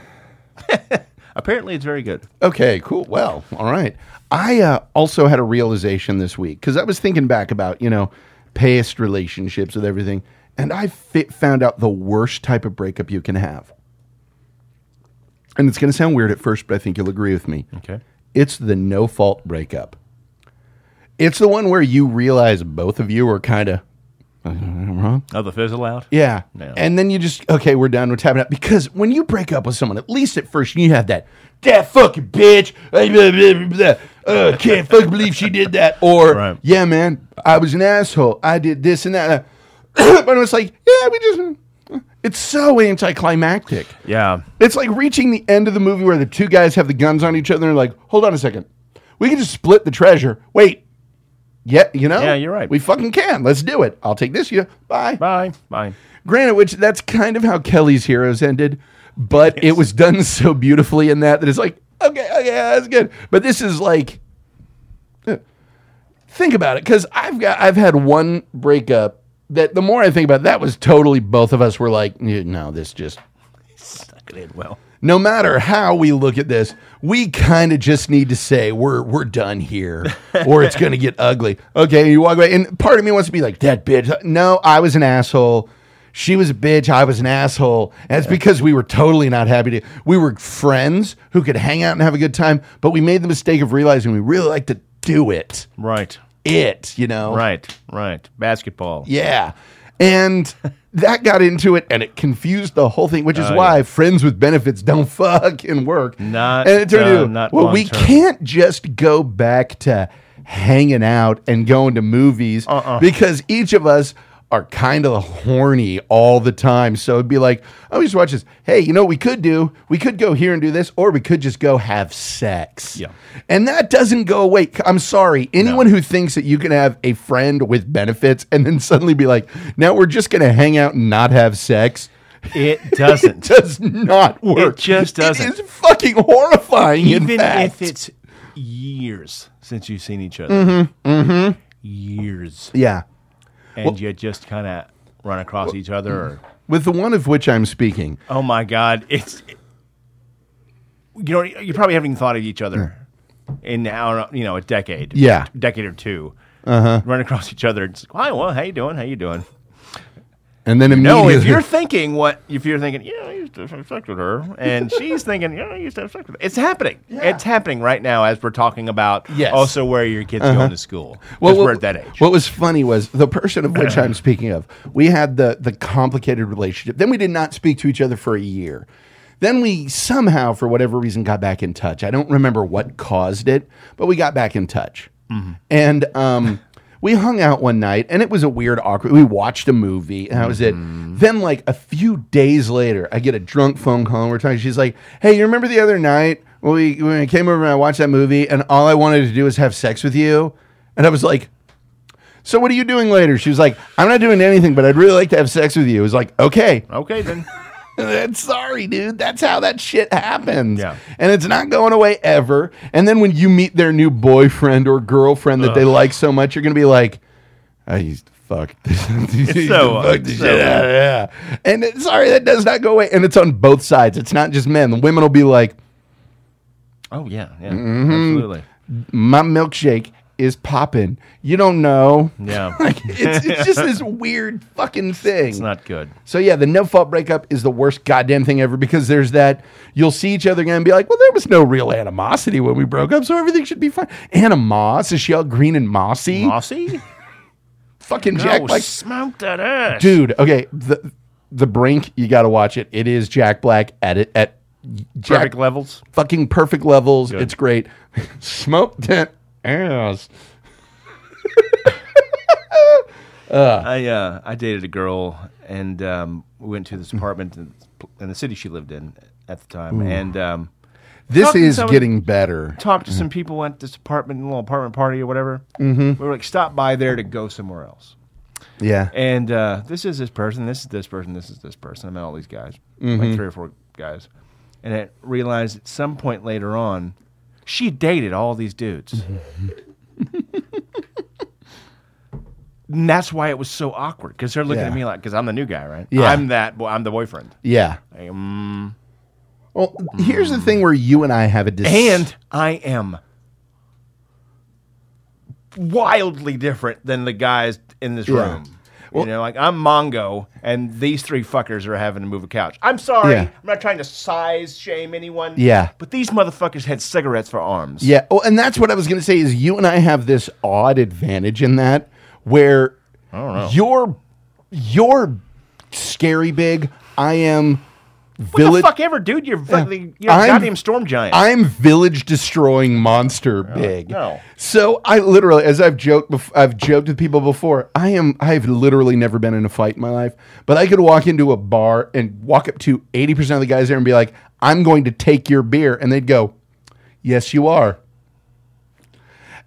B: Apparently, it's very good.
A: Okay, cool. Well, all right. I uh, also had a realization this week because I was thinking back about, you know, past relationships with everything, and I fi- found out the worst type of breakup you can have. And it's going to sound weird at first, but I think you'll agree with me.
B: Okay.
A: It's the no fault breakup. It's the one where you realize both of you are kind of
B: Oh, the fizzle out?
A: yeah.
B: No.
A: And then you just, okay, we're done. We're tapping out. Because when you break up with someone, at least at first, you have that, that fucking bitch. Uh, blah, blah, blah, blah. Uh, can't fucking believe she did that. Or,
B: Right.
A: yeah, man, I was an asshole. I did this and that. Uh, but it's like, yeah, we just, it's so anticlimactic.
B: Yeah.
A: It's like reaching the end of the movie where the two guys have the guns on each other and they're like, hold on a second. We can just split the treasure. Wait. Yeah, you know?
B: Yeah, you're right.
A: We fucking can. Let's do it. I'll take this. You bye.
B: Bye. Bye.
A: Granted, which that's kind of how Kelly's Heroes ended, but it was done so beautifully in that that it's like, okay, okay, that's good. But this is like, eh. think about it, because I've got I've had one breakup that the more I think about it, that was totally both of us were like, "Yeah, no, this just.
B: Stuck it in well.
A: No matter how we look at this, we kind of just need to say we're we're done here, or it's going to get ugly. Okay, you walk away, and part of me wants to be like that bitch. No, I was an asshole. She was a bitch. I was an asshole. And it's because we were totally not happy to. We were friends who could hang out and have a good time, but we made the mistake of realizing we really like to do it.
B: Right.
A: It, you know,
B: Right. Right. Basketball.
A: yeah. And that got into it and it confused the whole thing, which
B: Uh,
A: is why friends with benefits don't fucking work.
B: Not,
A: and it turned
B: uh,
A: into,
B: not
A: well, we
B: long-term.
A: can't just go back to hanging out and going to movies
B: Uh-uh.
A: because each of us are kind of horny all the time. So it'd be like, oh, we just watch this. Hey, you know what we could do? We could go here and do this, or we could just go have sex.
B: Yeah.
A: And that doesn't go away. I'm sorry. Anyone who thinks that you can have a friend with benefits and then suddenly be like, now we're just going to hang out and not have sex.
B: It
A: It
B: doesn't.
A: does not work.
B: just doesn't.
A: It is fucking horrifying. in
B: Even
A: fact.
B: if it's years since you've seen each other.
A: Mm-hmm,
B: Years.
A: Yeah.
B: And you just kind of run across each other or
A: with the one of which I'm speaking.
B: Oh my God, it's you know you probably haven't even thought of each other in now you know a decade,
A: Yeah.
B: decade or two. Uh-huh. Run across each other. It's like, hi, well, how you doing? How you doing?
A: And then
B: No,
A: immediately,
B: if you're thinking what, if you're thinking, yeah, I used to have sex with her, and she's thinking, yeah, I used to have sex with her. It's happening. It's happening right now as we're talking about
A: Yes. Uh-huh.
B: also where your kids going to school.
A: Well,
B: Because
A: what-
B: we're at that age.
A: What was funny was the person of which I'm speaking of, we had the the complicated relationship. Then we did not speak to each other for a year. Then we somehow, for whatever reason, got back in touch. I don't remember what caused it, but we got back in touch. And um, we hung out one night, and it was a weird, awkward. We watched a movie, and that was it. Then, like a few days later, I get a drunk phone call, and we're talking. She's like, "Hey, you remember the other night when we when I came over and I watched that movie, and all I wanted to do was have sex with you?" And I was like, so what are you doing later? She was like, I'm not doing anything, but I'd really like to have sex with you. It was like, okay.
B: okay, then.
A: That's sorry, dude. That's how that shit happens.
B: Yeah.
A: And it's not going away ever. And then when you meet their new boyfriend or girlfriend that they like so much, you're gonna be like, "Ah, I used to fuck this.
B: so-
A: fuck the
B: so-
A: shit out of yeah. And it, sorry, that does not go away. And it's on both sides. It's not just men. The women will be like,
B: Oh, yeah, yeah.
A: Mm-hmm.
B: Absolutely.
A: My milkshake is popping. You don't know.
B: Yeah.
A: Like, it's, it's just this weird fucking thing.
B: It's not good.
A: So yeah, the no fault breakup is the worst goddamn thing ever because there's that you'll see each other again and be like, well, there was no real animosity when we broke up, so everything should be fine. Anna Moss is she all green and mossy?
B: Mossy?
A: Fucking
B: No,
A: Jack Black,
B: smoke that ass.
A: dude. Okay, the the brink, you got to watch it. It is Jack Black at it at Jack
B: Perfect levels.
A: fucking perfect levels.
B: Good.
A: It's great. Smoke tent ass.
B: I uh, I dated a girl, and um, we went to this apartment in, in the city she lived in at the time, and um,
A: This
B: Fucking
A: is
B: some-
A: getting better.
B: talked to some
A: Mm-hmm.
B: people at this apartment, little apartment party or whatever. Mm-hmm. We were like, stop by there to go somewhere else.
A: Yeah.
B: And uh, this is this person, this is this person, this is this person. I met all these guys,
A: Mm-hmm.
B: like three or four guys, and I realized at some point later on, she dated all these dudes. And that's why it was so awkward because they're looking
A: Yeah.
B: at me like, because I'm the new guy, right?
A: Yeah.
B: I'm that. Boy, I'm the boyfriend.
A: Yeah.
B: I
A: um,
B: am-
A: Well, here's the thing where you and I have a dis-
B: and I am wildly different than the guys in this
A: Yeah.
B: room. you know, like I'm Mongo, and these three fuckers are having to move a couch. I'm sorry,
A: Yeah.
B: I'm not trying to size shame anyone.
A: Yeah.
B: but these motherfuckers had cigarettes for arms.
A: Yeah. Oh, and that's what I was going to say is you and I have this odd advantage in that where you're you're scary big. I am
B: what
A: village.
B: the fuck ever, dude? You're fucking you're
A: I'm-
B: a goddamn storm giant.
A: I'm village destroying monster big.
B: no.
A: So I literally, as I've joked, bef- I've joked with people before. I am, I've literally never been in a fight in my life, but I could walk into a bar and walk up to eighty percent of the guys there and be like, "I'm going to take your beer," and they'd go, "Yes, you are."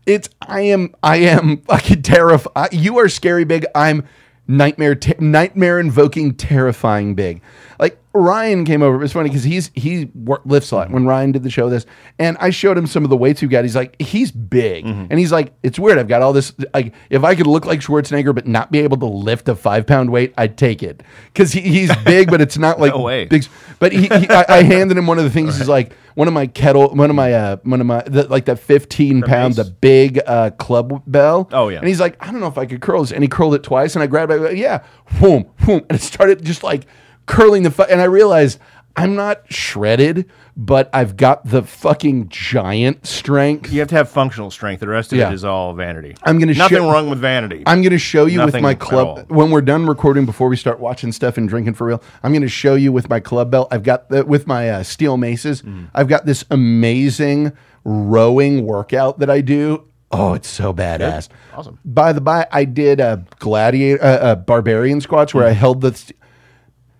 A: It's I am I am fucking terrified. You are scary big. I'm nightmare te- nightmare invoking terrifying big. Like Ryan came over. It was funny because he's he wor- lifts a lot. When Ryan did the show this, and I showed him some of the weights we've got. He's like he's big,
B: Mm-hmm.
A: and he's like it's weird. I've got all this. Like if I could look like Schwarzenegger but not be able to lift a five pound weight, I'd take it because he, he's big, but it's not like
B: No way.
A: big things. But he, he I, I handed him one of the things. Is like one of my kettle, one of my, uh, one of my, the, like that fifteen pound, the big uh, club bell.
B: Oh, yeah.
A: And he's like, I don't know if I could curl this, and he curled it twice, and I grabbed it. I go, yeah, boom, boom, and it started just like curling the. Fu- and I realized I'm not shredded, but I've got the fucking giant strength.
B: you have to have functional strength. The rest of
A: Yeah.
B: it is all vanity.
A: I'm gonna
B: nothing
A: show-
B: wrong with vanity.
A: I'm going to show you with
B: Nothing
A: my
B: at
A: club
B: all.
A: when we're done recording before we start watching stuff and drinking for real. I'm going to show you with my club belt. I've got the, with my uh, steel maces.
B: Mm.
A: I've got this amazing rowing workout that I do. Oh, it's so badass!
B: Awesome.
A: By the by, I did a gladiator, uh, uh barbarian squats
B: Mm.
A: where I held the st-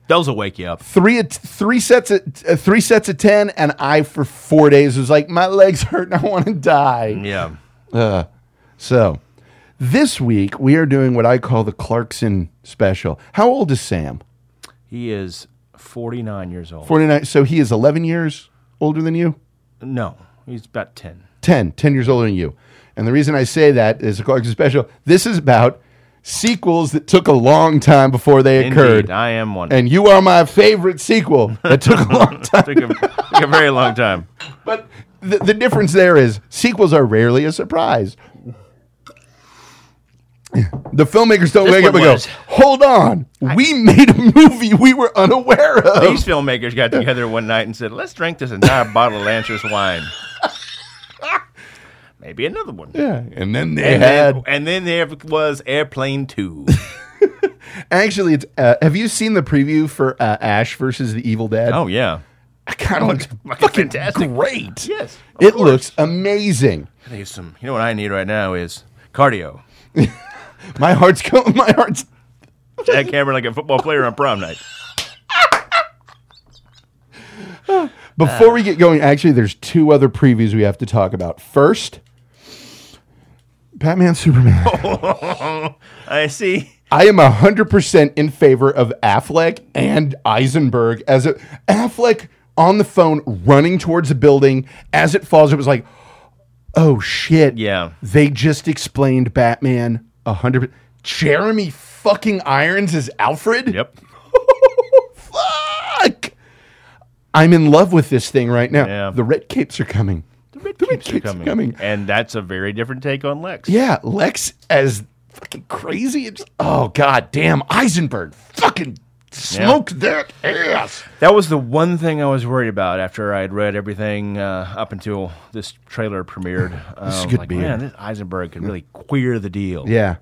B: Those will wake you up.
A: three at- three sets of, uh, three sets of ten, and I for four days was like my legs hurt and I want to die.
B: Yeah.
A: Uh, so this week we are doing what I call the Clarkson special. How old is Sam?
B: He is 49 years old.
A: 49. So he is 11 years older than you?
B: no, he's about 10.
A: 10, 10 years older than you. And the reason I say that is the Clarkson special. This is about sequels that took a long time before they occurred.
B: Indeed, I am one.
A: and you are my favorite sequel that took a long time.
B: took, a, took a very long time.
A: But the, the difference there is sequels are rarely a surprise. The filmmakers don't
B: This
A: wake up
B: one
A: and go,
B: was.
A: "Hold on, we made a movie we were unaware of."
B: These filmmakers got together one night and said, "Let's drink this entire bottle of Lancers wine." Maybe another one.
A: yeah, and then they
B: And
A: had.
B: then, and then there was Airplane Two.
A: actually, it's. Uh, have you seen the preview for uh, Ash versus the Evil Dead?
B: oh yeah,
A: it kind of looks fucking
B: fucking fantastic.
A: great.
B: Yes,
A: it looks amazing.
B: I need some. You know what I need right now is cardio.
A: My heart's going. My heart's
B: Jack Cameron like a football player on prom night. Uh.
A: Before we get going, actually, there's two other previews we have to talk about. First, Batman Superman.
B: I see.
A: I am 100% in favor of Affleck and Eisenberg as a Affleck on the phone running towards a building as it falls it was like oh shit.
B: Yeah.
A: They just explained Batman 100 Jeremy fucking Irons is Alfred?
B: Yep.
A: Fuck. I'm in love with this thing right now.
B: Yeah.
A: The red capes are coming. The red, capes
B: Coming. And that's a very different take on Lex.
A: Yeah, Lex as fucking crazy. It's, oh god damn, Eisenberg fucking smoked that ass.
B: That was the one thing I was worried about after I had read everything uh, up until this trailer premiered. Uh,
A: is
B: I was
A: good
B: like,
A: beer.
B: Man, this Eisenberg could really queer the deal.
A: Yeah,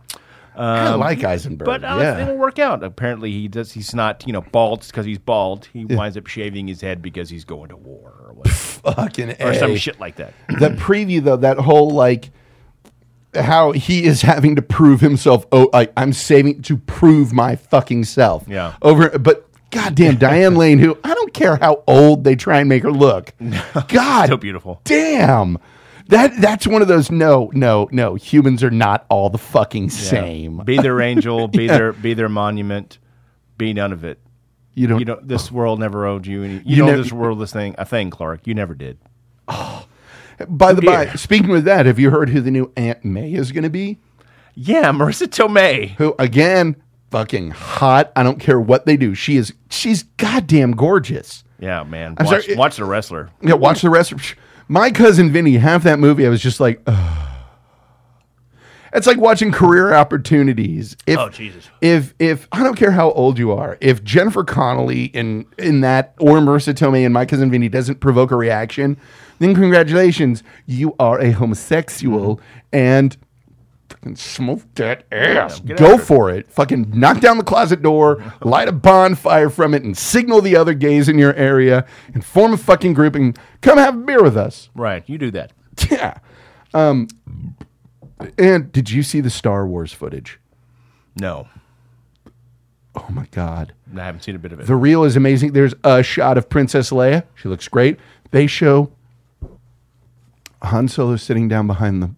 A: Um, I like Eisenberg.
B: But uh,
A: yeah.
B: it'll work out. Apparently, he does. He's not, you know, bald because he's bald. He winds up shaving his head because he's going to war or, whatever,
A: fucking
B: or some
A: A.
B: shit like that.
A: that preview though, that whole like how he is having to prove himself. Oh, I, I'm saving to prove my fucking self.
B: Yeah.
A: Over, but. goddamn Diane Lane, who I don't care how old they try and make her look. God,
B: So beautiful.
A: damn that that's one of those no no no humans are not all the fucking same
B: Be their angel. Be their be their monument. Be none of it.
A: you don't,
B: You know, this world never owed you any. You,
A: You
B: know,
A: never-
B: this world, this thing, a thing, Clark. You never did.
A: by the by
B: dear.
A: speaking of that have you heard who the new aunt may is going to be
B: Yeah, Marissa Tomei.
A: who again fucking hot i don't care what they do she is she's goddamn gorgeous
B: Yeah, man.
A: I'm
B: Watch,
A: sorry, it-
B: watch the wrestler.
A: yeah watch the rest of my cousin vinny half that movie i was just like Ugh. it's like watching career opportunities if,
B: Oh, Jesus.
A: if if I don't care how old you are, if Jennifer Connelly in in that or Marissa Tomei and My Cousin Vinny doesn't provoke a reaction, then congratulations, you are a homosexual
B: Mm-hmm.
A: and fucking smoke that ass.
B: get
A: Go
B: after it.
A: for it. Fucking knock down the closet door, light a bonfire from it, and signal the other gays in your area, and form a fucking group and come have a beer with us.
B: Right, you do that.
A: Yeah. Um, and did you see the Star Wars footage?
B: No,
A: Oh my god.
B: I haven't seen a bit of it.
A: The reel is amazing. There's a shot of Princess Leia. She looks great. They show Han Solo sitting down behind the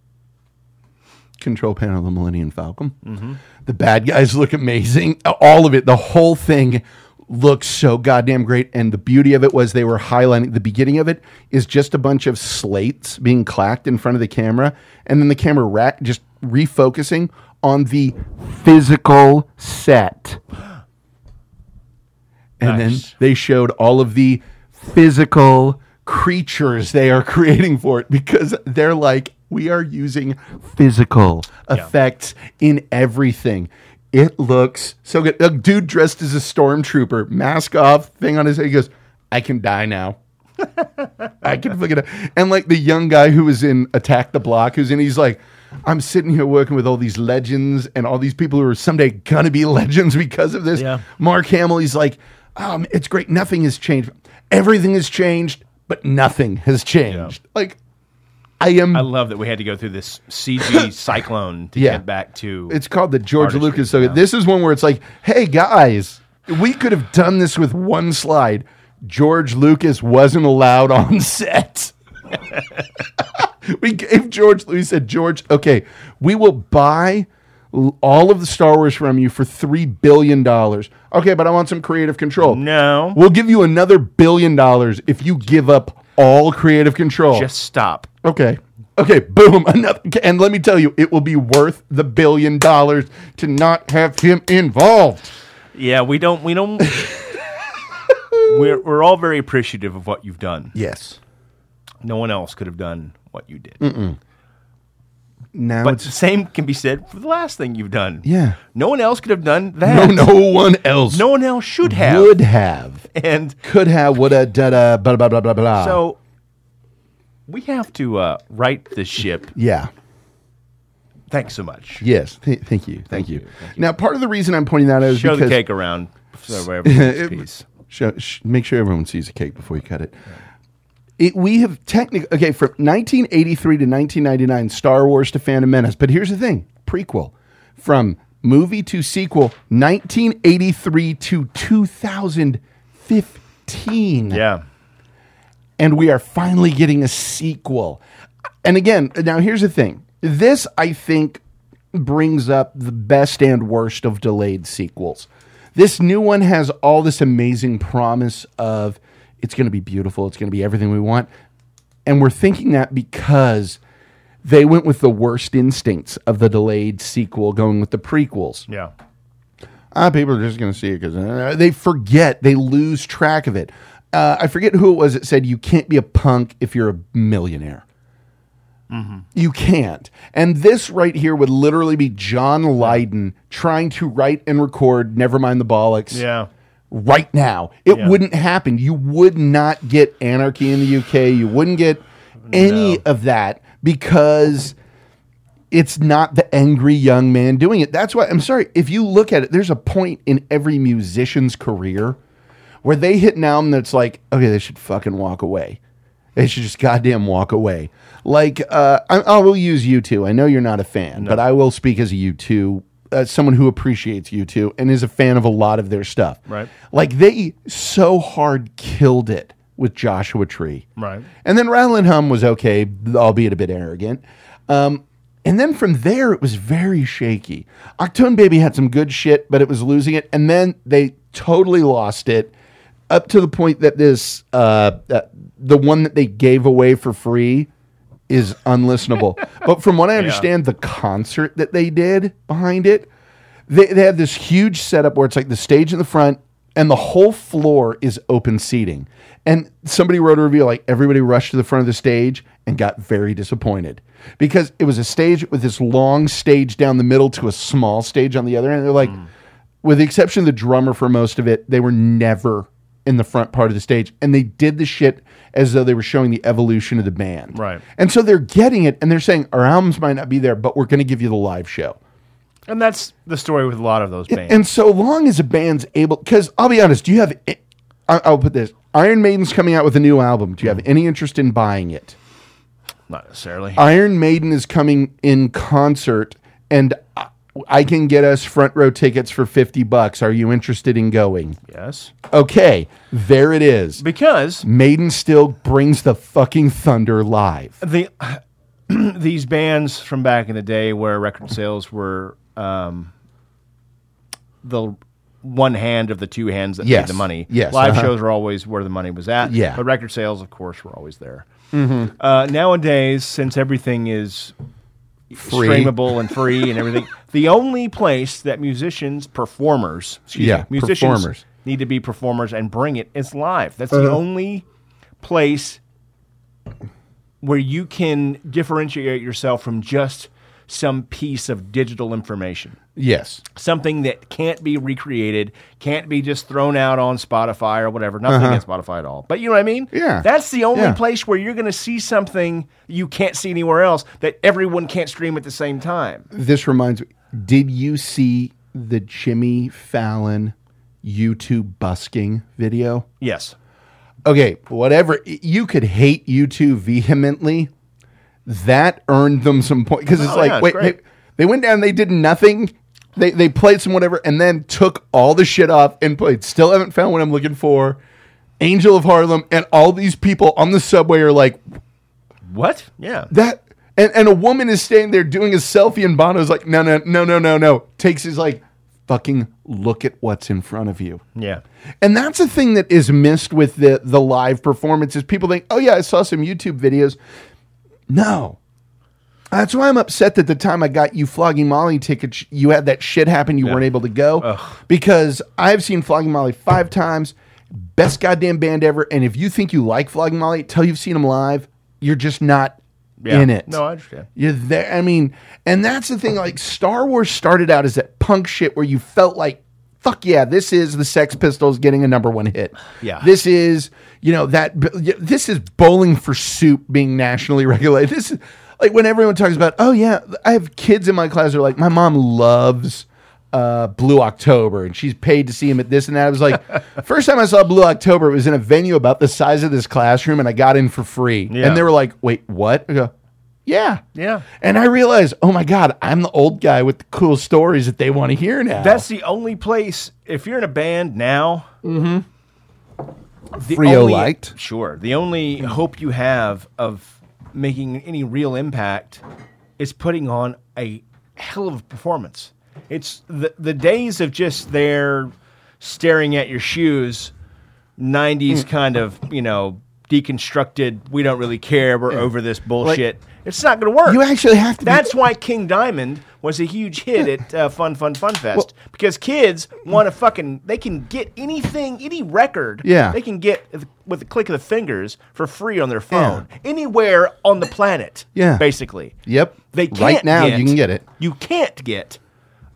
A: control panel of the Millennium Falcon. The bad guys look amazing. All of it, the whole thing looks so goddamn great. And the beauty of it was they were highlighting the beginning of it is just a bunch of slates being clacked in front of the camera, and then the camera rack just refocusing on the physical set. And
B: Nice.
A: then they showed all of the physical creatures they are creating for it because they're like, we are using physical effects in everything. It looks so good. A dude dressed as a stormtrooper, mask off, thing on his head. He goes, I can die now. I can look it up. And like the young guy who was in Attack the Block, who's in, he's like, I'm sitting here working with all these legends and all these people who are someday gonna be legends because of this.
B: Yeah.
A: Mark Hamill, he's like, um, it's great. Nothing has changed. Everything has changed, but nothing has changed. Like, I am.
B: I love that we had to go through this CG cyclone to
A: Yeah.
B: get back to.
A: it's called the George
B: Artistry,
A: Lucas. So
B: yeah.
A: this is one where it's like, hey guys, we could have done this with one slide. George Lucas wasn't allowed on set. we gave George. We said, George, okay, we will buy l- all of the Star Wars from you for three billion dollars. Okay, but I want some creative control.
B: No.
A: we'll give you another billion dollars if you give up all creative control.
B: just stop.
A: okay, Okay, boom, another. And let me tell you, it will be worth the billion dollars to not have him involved.
B: Yeah, we don't. We don't. we're we're all very appreciative of what you've done.
A: Yes.
B: No one else could have done what you did.
A: Now
B: But
A: it's
B: the same can be said for the last thing you've done.
A: Yeah.
B: No one else could have done
A: no,
B: that.
A: no one else
B: No one else should have.
A: would have, Ah.
B: And
A: could have, would have, da da, blah blah blah blah blah.
B: so we have to uh, right this ship.
A: yeah.
B: Thanks so much.
A: Yes. Th- thank you. Thank, you. Now, part of the reason I'm pointing that out is
B: Show the
A: because
B: cake around so everyone gets a
A: It-
B: piece.
A: Show, sh- make sure everyone sees a cake before you cut it. It, we have technically okay from 1983 to 1999, Star Wars to Phantom Menace. But here's the thing: prequel from movie to sequel, 1983 to 2015.
B: Yeah.
A: and we are finally getting a sequel. And again, now here's the thing. This I think brings up the best and worst of delayed sequels. This new one has all this amazing promise of it's going to be beautiful, it's going to be everything we want. And we're thinking that because they went with the worst instincts of the delayed sequel going with the prequels
B: Yeah.
A: ah, people are just going to see it because they forget, they lose track of it. Uh, I forget who it was that said you can't be a punk if you're a millionaire.
B: Mm-hmm.
A: You can't. And this right here would literally be John Lydon trying to write and record Nevermind the Bollocks
B: Yeah.
A: right now. It
B: Yeah.
A: wouldn't happen. You would not get anarchy in the UK. You wouldn't get any
B: No.
A: of that because it's not the angry young man doing it. That's why I'm sorry. If you look at it, there's a point in every musician's career where they hit an album that's like, okay, they should fucking walk away. They should just goddamn walk away. Like, uh, I, I will use you two. I know you're not a fan, but I will speak as a U two, as someone who appreciates you two and is a fan of a lot of their stuff.
B: Right.
A: Like they so hard killed it with Joshua Tree.
B: Right.
A: And then Rattle and Hum was okay, albeit a bit arrogant. Um, and then from there, it was very shaky. Octone Baby had some good shit, but it was losing it. And then they totally lost it up to the point that this, uh, uh, the one that they gave away for free is unlistenable. but from what I understand, the concert that they did behind it, they, they have this huge setup where it's like the stage in the front and the whole floor is open seating. And somebody wrote a review like everybody rushed to the front of the stage and got very disappointed because it was a stage with this long stage down the middle to a small stage on the other end. They're like, with the exception of the drummer for most of it, they were never in the front part of the stage and they did the shit as though they were showing the evolution of the band.
B: Right.
A: And so they're getting it and they're saying our albums might not be there, but we're going to give you the live show.
B: And that's the story with a lot of those bands.
A: And so long as a band's able, because I'll be honest, do you have? I- I'll put this: Iron Maiden's coming out with a new album. Do you have any interest in buying it?
B: Not necessarily.
A: Iron Maiden is coming in concert, and I- I can get us front row tickets for fifty bucks. Are you interested in going?
B: yes.
A: Okay, there it is.
B: Because
A: Maiden still brings the fucking thunder live.
B: the these bands from back in the day where record sales were um, the one hand of the two hands that
A: Yes,
B: made the money.
A: yes,
B: live
A: uh-huh.
B: shows were always where the money was at.
A: Yeah. Mm-hmm.
B: but record sales, of course, were always there. Uh, nowadays, since everything is
A: Free.
B: streamable and free and everything, the only place that musicians, performers, excuse
A: Yeah,
B: me, musicians
A: performers. Uh-huh.
B: need to be performers and bring it is live. That's the only place where you can differentiate yourself from just some piece of digital information.
A: Yes,
B: Something that can't be recreated, can't be just thrown out on Spotify or whatever. Nothing against Spotify at all. But you know what I mean?
A: Uh-huh. Yeah.
B: That's the only
A: Yeah.
B: place where you're going to see something you can't see anywhere else that everyone can't stream at the same time.
A: this reminds me. Did you see the Jimmy Fallon YouTube busking video?
B: Yes.
A: okay, whatever. You could hate you two vehemently. That earned them some point because it's
B: Oh,
A: like,
B: yeah, it's
A: wait,
B: great.
A: they, they went down, they did nothing. They, they played some whatever and then took all the shit off and played. Still haven't found what I'm looking for. Angel of Harlem and all these people on the subway are like
B: What? Yeah.
A: that. And, and a woman is standing there doing a selfie and Bono's like, no, no, no, no, no, no. Takes his like, fucking look at what's in front of you.
B: Yeah.
A: And that's a thing that is missed with the the live performances. People think, "Oh yeah, I saw some YouTube videos." No. That's why I'm upset that the time I got you flogging Molly tickets, you had that shit happen. You weren't able to go because I've seen flogging Molly five times, best goddamn band ever. And if you think you like flogging Molly, till you've seen them live, you're just not
B: Yeah.
A: in it.
B: No, I understand.
A: You're there. I mean, and that's the thing. Like Star Wars started out as that punk shit where you felt like, fuck yeah, this is the Sex Pistols getting a number one hit.
B: Yeah.
A: this is you know that this is Bowling for Soup being nationally regulated. This is like when everyone talks about, oh yeah, I have kids in my class who are like, my mom loves. Uh, Blue October, and she's paid to see him at this and that. I was like, first time I saw Blue October, it was in a venue about the size of this classroom, and I got in for free.
B: Yeah.
A: And they were like, wait, what? I go, yeah.
B: Yeah.
A: And I realized, oh my God, I'm the old guy with the cool stories that they want to hear now.
B: That's the only place. If you're in a band now, the
A: Mm-hmm. Frio
B: only-
A: liked.
B: Sure. The only hope you have of making any real impact is putting on a hell of a performance. It's the the days of just there staring at your shoes, '90s
A: Mm.
B: kind of you know deconstructed. We don't really care. We're over this bullshit. it's not going to work.
A: Mm. you actually have to. be-
B: That's why King Diamond was a huge hit at uh, Fun Fun Fun Fest because kids want to fucking they can get anything any record
A: Yeah.
B: they can get with the click of the fingers for free on their phone anywhere on the planet
A: Yeah.
B: basically
A: yep.
B: they can't
A: right now you can get it.
B: you can't get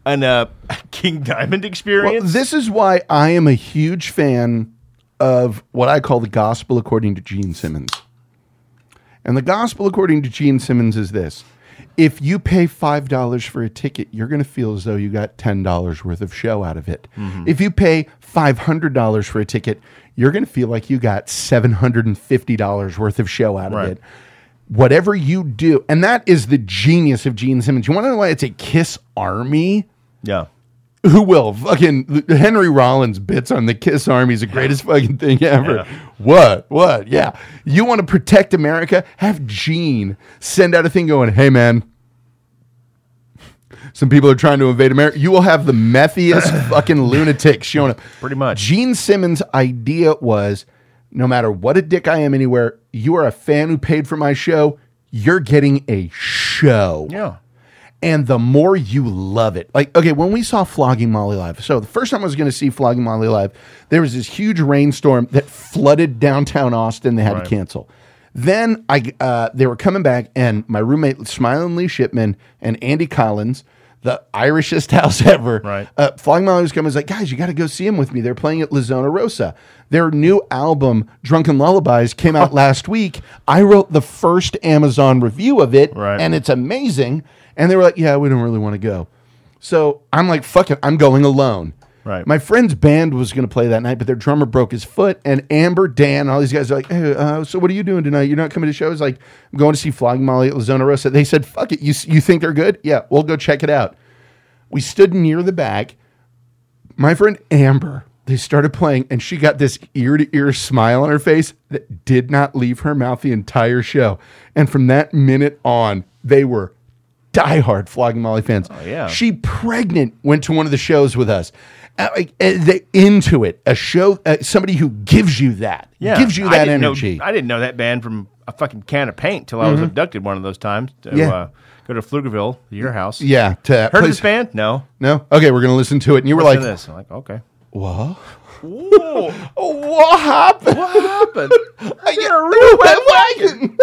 B: an uh, King Diamond
A: Well,
B: experience
A: this is why I am a huge fan of what I call the gospel according to Gene Simmons. And the gospel according to Gene Simmons is this if you pay $5 for a ticket, you're going to feel as though you got $10 worth of show out of it.
B: Mm-hmm.
A: If you pay $500 for a ticket, you're going to feel like you got $750 worth of show out
B: Right.
A: of it. Whatever you do, and that is the genius of Gene Simmons. You want to know why it's a kiss army?
B: yeah
A: who will fucking Henry Rollins bits on the Kiss Army is the greatest fucking thing ever.
B: Yeah.
A: What? What? Yeah. You want to protect America? Have Gene send out a thing going, "Hey man, some people are trying to invade America." You will have the methiest fucking lunatic showing up.
B: Pretty much.
A: Gene Simmons' idea was, no matter what a dick I am anywhere, you are a fan who paid for my show. You're getting a show
B: yeah
A: and the more you love it. Like, okay, when we saw Flogging Molly live, so the first time I was going to see Flogging Molly live, there was this huge rainstorm that flooded downtown Austin. They had
B: Right.
A: to cancel. Then I, uh, they were coming back, and my roommate Smiling Lee Shipman and Andy Collins, the Irishest house ever,
B: Right.
A: uh, Flogging Molly was coming. was like, guys, you got to go see him with me. They're playing at La Zona Rosa. Their new album, Drunken Lullabies, came out last week. I wrote the first Amazon review of it,
B: Right.
A: and it's amazing. And they were like, yeah, we don't really want to go. So I'm like, fuck it, I'm going alone.
B: Right.
A: My friend's band was going to play that night, but their drummer broke his foot. And Amber, Dan, all these guys are like, hey, uh, so what are you doing tonight? You're not coming to shows? Like, I'm going to see Flogging Molly at La Zona Rosa. They said, fuck it, you, you think they're good? Yeah, we'll go check it out. We stood near the back. My friend Amber, they started playing, and she got this ear to ear smile on her face that did not leave her mouth the entire show. And from that minute on, they were diehard Flogging Molly fans. Oh,
B: yeah.
A: She pregnant went to one of the shows with us. Uh, like, uh, they into it. A show, uh, somebody who gives you that,
B: yeah
A: gives you
B: I
A: that
B: didn't know-
A: energy. Mm-hmm.
B: I didn't know that band from a fucking can of paint till I was abducted one of those times to
A: Yeah.
B: uh, go to Pflugerville your house
A: yeah. To
B: heard of
A: please-
B: this band no
A: No? Okay, we're going to listen to it. And you were
B: Listen
A: like,
B: to this. I'm like, okay.
A: what?
B: Whoa,
A: What happened?
B: what happened?
A: I get a wagon.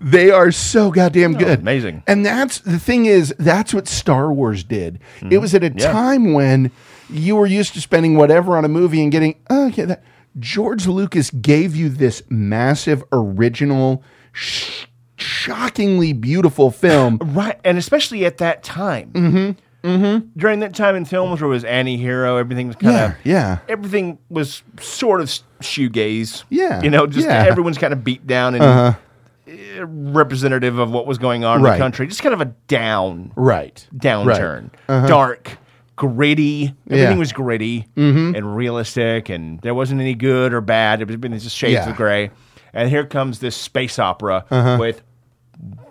A: they are so goddamn good.
B: Oh, amazing.
A: And that's the thing is, that's what Star Wars did. It was at a
B: Yeah.
A: time when you were used to spending whatever on a movie and getting, oh, okay, that. George Lucas gave you this massive, original, sh- shockingly beautiful film.
B: Right, and especially at that time. Mm-hmm. Mm-hmm. During that time in films where it was anti-hero, everything was kind
A: yeah,
B: of
A: yeah.
B: Everything was sort of s- shoegaze.
A: Yeah,
B: you know, just
A: yeah. Uh-huh.
B: everyone's kind of beat down and uh, representative of what was going on in
A: Right.
B: the country. Just kind of a down
A: Right.
B: downturn,
A: Uh-huh.
B: dark, gritty. Everything was gritty
A: Mm-hmm.
B: and realistic, and there wasn't any good or bad. It was it was just shades
A: Yeah. Uh-huh.
B: of gray. And here comes this space opera with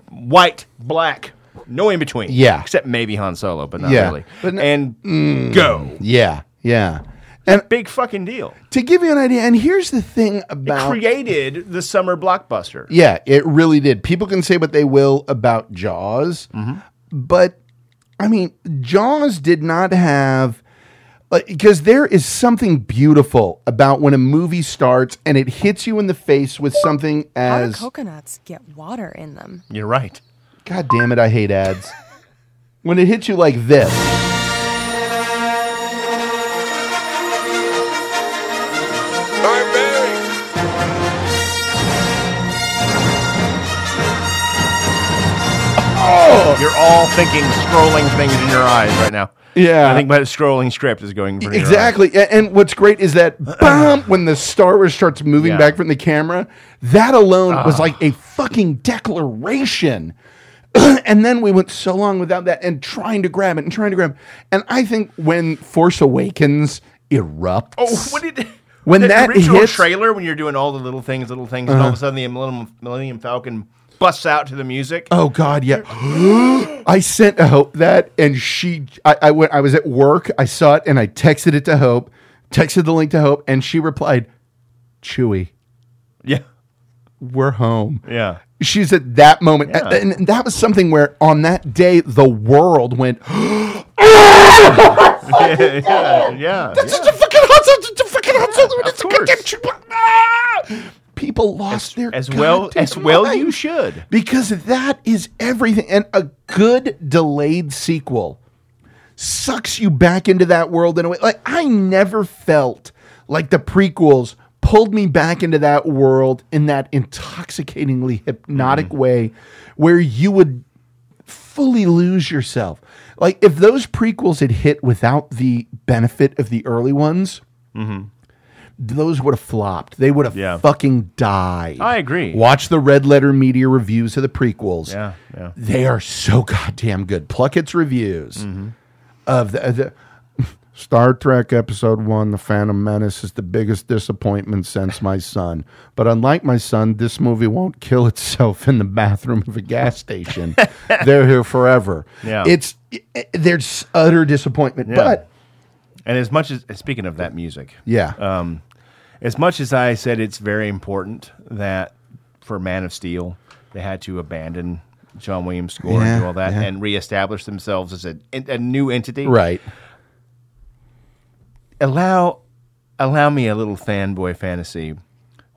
B: white, black, no in between.
A: Yeah. Mm.
B: except maybe Han Solo, but not
A: Yeah.
B: really.
A: But n-
B: and go.
A: Yeah, yeah. And
B: Big fucking deal.
A: to give you an idea, and here's the thing
B: It
A: about
B: created the summer blockbuster.
A: Yeah, it really did. People can say what they will about Jaws, but I mean, Jaws did not have because there is something beautiful about when a movie starts and it hits you in the face with something
D: How do
A: as
D: coconuts get water in them?
B: You're right.
A: God damn it, I hate ads. when it hits you like this.
B: You're all thinking scrolling things in your eyes right now.
A: Yeah.
B: I think my scrolling script is going for
A: Exactly. A- And what's great is that bam, when the Star Wars starts moving
B: Yeah. Ah.
A: back from the camera, that alone was like a fucking declaration. and then we went so long without that and trying to grab it and trying to grab it. And I think when Force Awakens erupts.
B: Oh, what did
A: When
B: the
A: that
B: original
A: hits- Uh-huh.
B: trailer when you're doing all the little things, little things, and all of a sudden the Millennium, Millennium Falcon busts out to the music.
A: Oh God, yeah. I sent to Hope that, and she, I, I went, I was at work. I saw it, and I texted it to Hope, texted the link to Hope, and she replied, "Chewy,
B: Yeah,
A: we're home."
B: yeah.
A: she's at that moment
B: Yeah.
A: and, and that was something where on that day the world went
B: yeah, yeah, yeah.
A: "It's a fucking hot sauce, it's a fucking hot sauce, it's a
B: of
A: goddamn
B: course.
A: chip- ah!" people lost their
B: As well,
A: goddamn
B: as well, you
A: minds.
B: should.
A: because that is everything and a good delayed sequel sucks you back into that world in a way like i never felt like the prequels pulled me back into that world in that intoxicatingly hypnotic
B: Mm.
A: way where you would fully lose yourself like if those prequels had hit without the benefit of the early ones those would have flopped they would have
B: Mm-hmm. Yeah.
A: fucking died
B: I agree.
A: Watch the red letter media reviews of the prequels.
B: Yeah, yeah.
A: They are so goddamn good. Pluckett's reviews
B: Mm-hmm.
A: of the, the Star Trek Episode One, The Phantom Menace is the biggest disappointment since my son. But unlike my son, this movie won't kill itself in the bathroom of a gas station. They're here forever.
B: Yeah.
A: It's it, it- there's utter disappointment.
B: Yeah.
A: But
B: And as much as speaking of that music,
A: yeah.
B: um, as much as I said it's very important that for Man of Steel they had to abandon John Williams' score
A: Yeah,
B: and do all that
A: yeah.
B: and reestablish themselves as a, a new entity.
A: right.
B: Allow allow me a little fanboy fantasy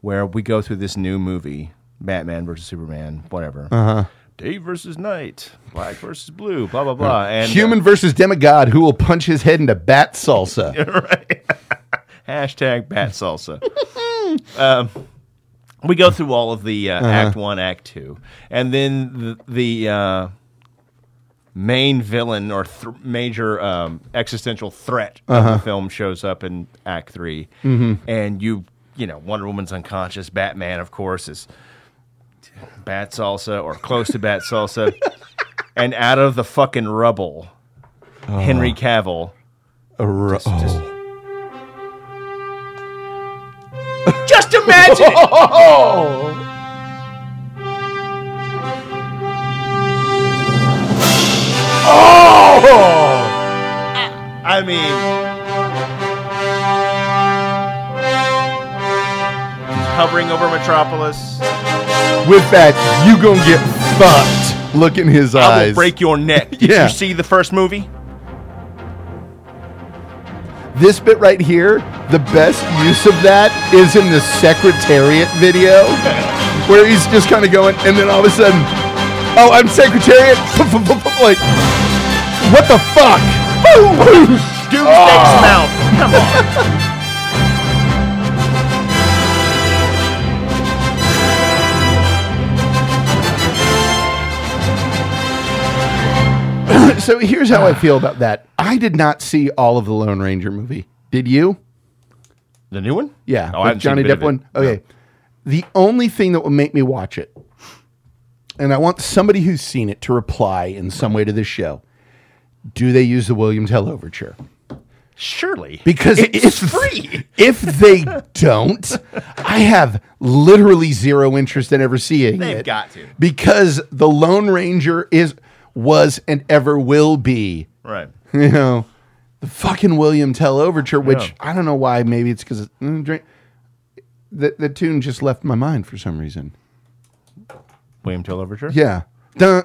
B: where we go through this new movie, Batman versus Superman, whatever. Uh-huh. Day versus night, black versus blue, blah blah blah. And uh,
A: Human versus demigod who will punch his head into bat salsa.
B: Hashtag bat salsa. um, we go through all of the uh, Act One, Act Two, and then the, the uh, main villain or th- major um, existential threat of the film shows up in Act 3 and you, you know, Wonder Woman's unconscious. Batman, of course, is bat salsa or close to bat salsa, and out of the fucking rubble, Henry Cavill.
A: A ro-
B: Just, Just imagine. it!
A: Oh!
B: I mean, hovering over Metropolis.
A: With that, you gonna get fucked. Look in his
B: I
A: eyes.
B: will break your neck. Did
A: Yeah.
B: you see the first movie?
A: This bit right here, the best use of that is in the Secretariat video, where he's just kind of going, and then all of a sudden, oh, I'm Secretariat. like, what the fuck?
B: Doomsday smell. Come on.
A: so here's how I feel about that. I did not see all of the Lone Ranger movie. Did you?
B: The new one?
A: Yeah,
B: Oh,
A: the
B: I haven't seen
A: Johnny
B: a bit
A: Depp
B: of it.
A: one. Okay, the only thing that will make me watch it, and I want somebody who's seen it to reply in some way to this show. Do they use the Williams Hell Overture?
B: Surely.
A: Because
B: It's
A: if,
B: free.
A: If they don't, I have literally zero interest in ever seeing it.
B: They've got to.
A: because the Lone Ranger is was and ever will be
B: right.
A: you know, the fucking William Tell overture, which I don't know why. Maybe it's because mm, drink. The, the tune just left my mind for some reason.
B: William Tell Overture?
A: Yeah. Dun.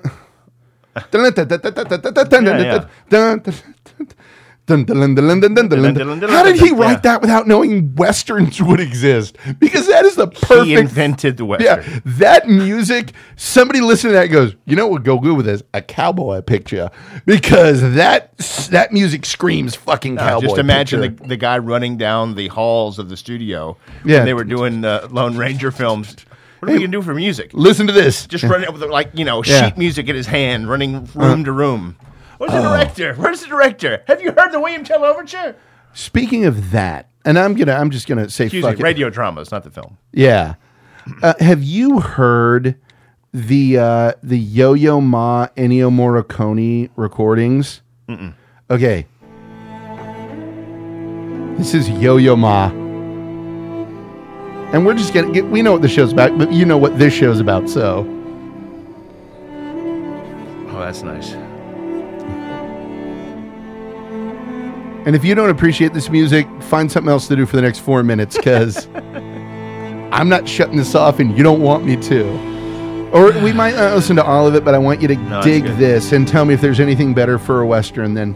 A: Dun, dun, dun, dun, dun, dun, dun, dun, dun,
B: Yeah, yeah.
A: dun, dun, dun, dun, dun, dun, dun, dun, dun,
B: dun,
A: dun.
B: dun,
A: How did he
B: dun, yeah.
A: write that without knowing westerns would exist? Because that is the
B: He
A: perfect.
B: invented the Western.
A: Yeah, that music. Somebody listening to that goes, you know what would go good with this? A cowboy picture, because that that music screams fucking
B: Uh,
A: cowboy.
B: just imagine
A: picture.
B: the, the guy running down the halls of the studio
A: Yeah.
B: when they were doing the Lone Ranger films. What are we gonna do for music?
A: Listen to this.
B: Just running up with like you know
A: Yeah. Uh-huh. Oh.
B: sheet music in his hand, running room to room. Where's the director? Where's the director? Have you heard the William Tell Overture?
A: Speaking of that, and I'm gonna, I'm just gonna say,
B: Excuse
A: fuck
B: me,
A: it.
B: radio dramas, not the film.
A: Yeah. Uh, have you heard the uh, the Yo Yo Ma Ennio Morricone recordings? Okay. This is Yo Yo Ma. And we're just gonna get, we know what the show's about, but you know what this show's about, so.
B: Oh, that's nice.
A: And if you don't appreciate this music, find something else to do for the next four minutes because I'm not shutting this off and you don't want me to. Or we might not listen to all of it, but I want you to
B: it's
A: dig
B: good.
A: this and tell me if there's anything better for a Western than.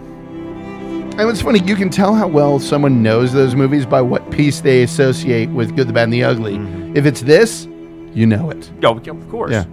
A: And it's funny, you can tell how well someone knows those movies by what piece they associate with Good, the Bad, and the Ugly. If it's this, you know it.
B: Oh, yeah, Mm-hmm. of course.
A: Yeah.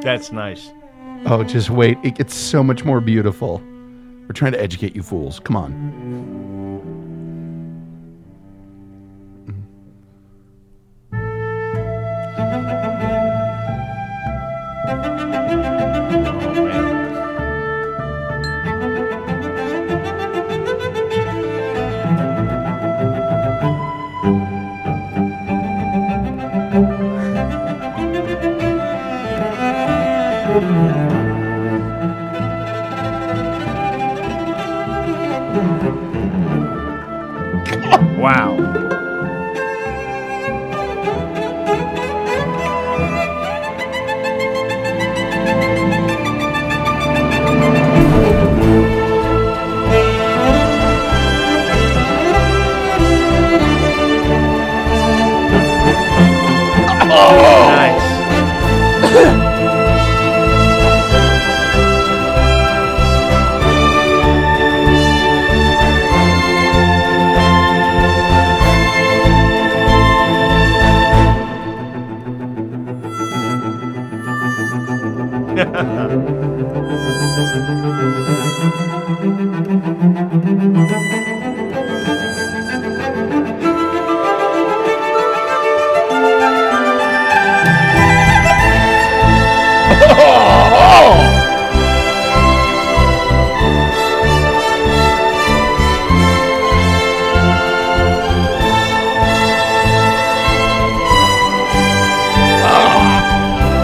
B: that's nice.
A: Oh, just wait. It gets so much more beautiful. We're trying to educate you fools. Come on.
B: Oh, man. Wow. Oh. Nice.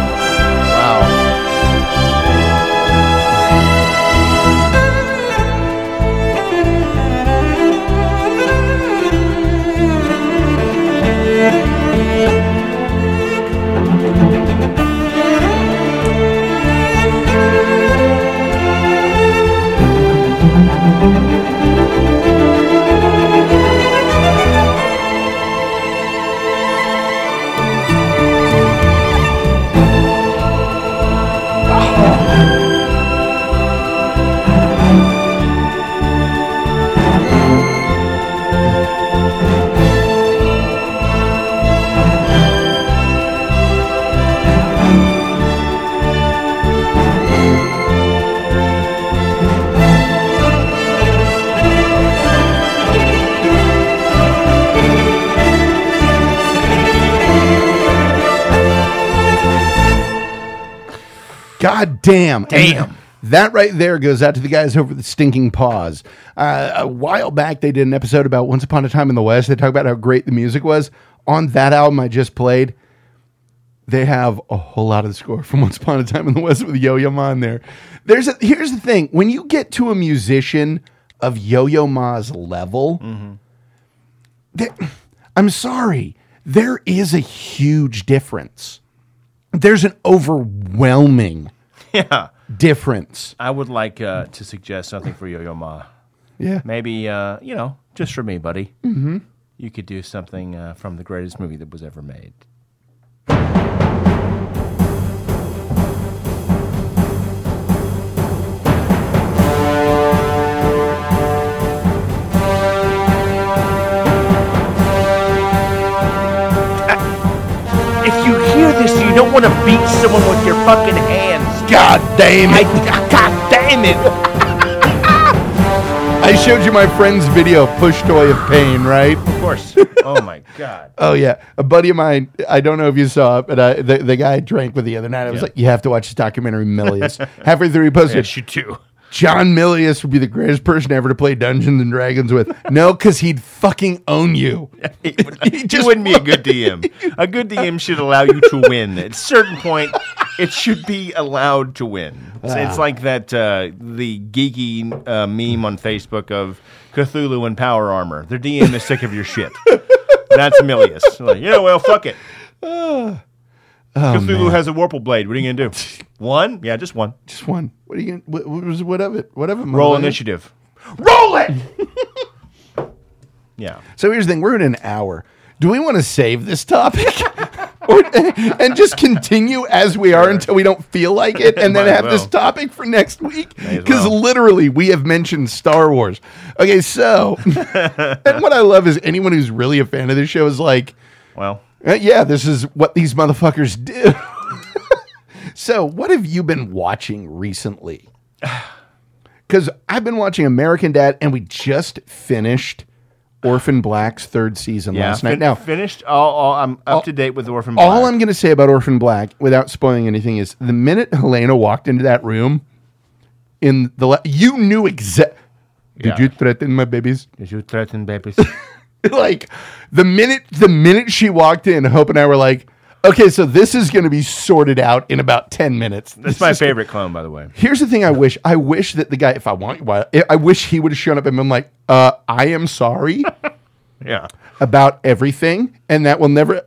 B: Wow.
A: God damn.
B: Damn.
A: That right there goes out to the guys over the stinking paws. Uh, a while back, they did an episode about Once Upon a Time in the West. They talk about how great the music was. On that album I just played, they have a whole lot of the score from Once Upon a Time in the West with Yo Yo Ma in there. There's a, here's the thing: when you get to a musician of Yo Yo Ma's level, there- I'm sorry, there is a huge difference. There's an overwhelming
B: Yeah.
A: difference.
B: I would like uh, to suggest something for Yo Yo Ma.
A: Yeah,
B: Maybe, uh, you know, just for me, buddy. Mm-hmm. You could do something uh, from the greatest movie that was ever made. If you hear this, you don't want to beat someone with your fucking hands.
A: God damn
B: I,
A: it!
B: God damn it.
A: I showed you my friend's video, of Push Toy of Pain, right?
B: Of course. Oh my god.
A: Oh yeah, a buddy of mine. I don't know if you saw it, but I, the the guy I drank with the other night. I was
B: Yeah.
A: like, "You have to watch this documentary, Milius." Halfway through, he posted,
B: you too.
A: "John Milius would be the greatest person ever to play Dungeons and Dragons with." no, because he'd fucking own you.
B: He,
A: He just
B: wouldn't be a good DM. A good DM should allow you to win. At a certain point, it should be allowed to win. It's,
A: Ah.
B: it's like that uh, the geeky uh, meme on Facebook of Cthulhu in power armor. Their DM is sick of your shit. That's Milius. Like, yeah, well, fuck it.
A: Oh,
B: Cthulhu has a warple blade. What are you gonna do? One? Yeah, just one.
A: Just one. What are you? Gonna, what, what was what of it? What of it?
B: Roll
A: Malone?
B: initiative.
A: Roll it.
B: Yeah.
A: So here's the thing: we're in an hour. Do we want to save this topic? Or, and just continue as we are until we don't feel like it, and then
B: Might
A: have this
B: well.
A: topic for next week.
B: May as
A: Because
B: well.
A: literally, we have mentioned Star Wars. Okay, so and what I love is anyone who's really a fan of this show is like,
B: Well,
A: "Uh, yeah, this is what these motherfuckers do. so, what have you been watching recently? Because I've been watching American Dad, and we just finished Orphan Black's third season
B: yeah.
A: last night.
B: Fin-
A: Now,
B: finished. All, all, I'm up to date with Orphan.
A: all
B: Black.
A: I'm going to say about Orphan Black, without spoiling anything, is the minute Helena walked into that room, in the la- you knew exact. Did
B: Yeah.
A: you threaten my babies?
B: Did you threaten babies?
A: like the minute the minute she walked in, Hope and I were like, okay, so this is going to be sorted out in about ten minutes.
B: That's my favorite clone, by the way.
A: Here's the thing I wish. I wish that the guy, if I want, why- I- I wish he would have shown up and been like, uh, I am sorry
B: Yeah.
A: about everything, and that will never.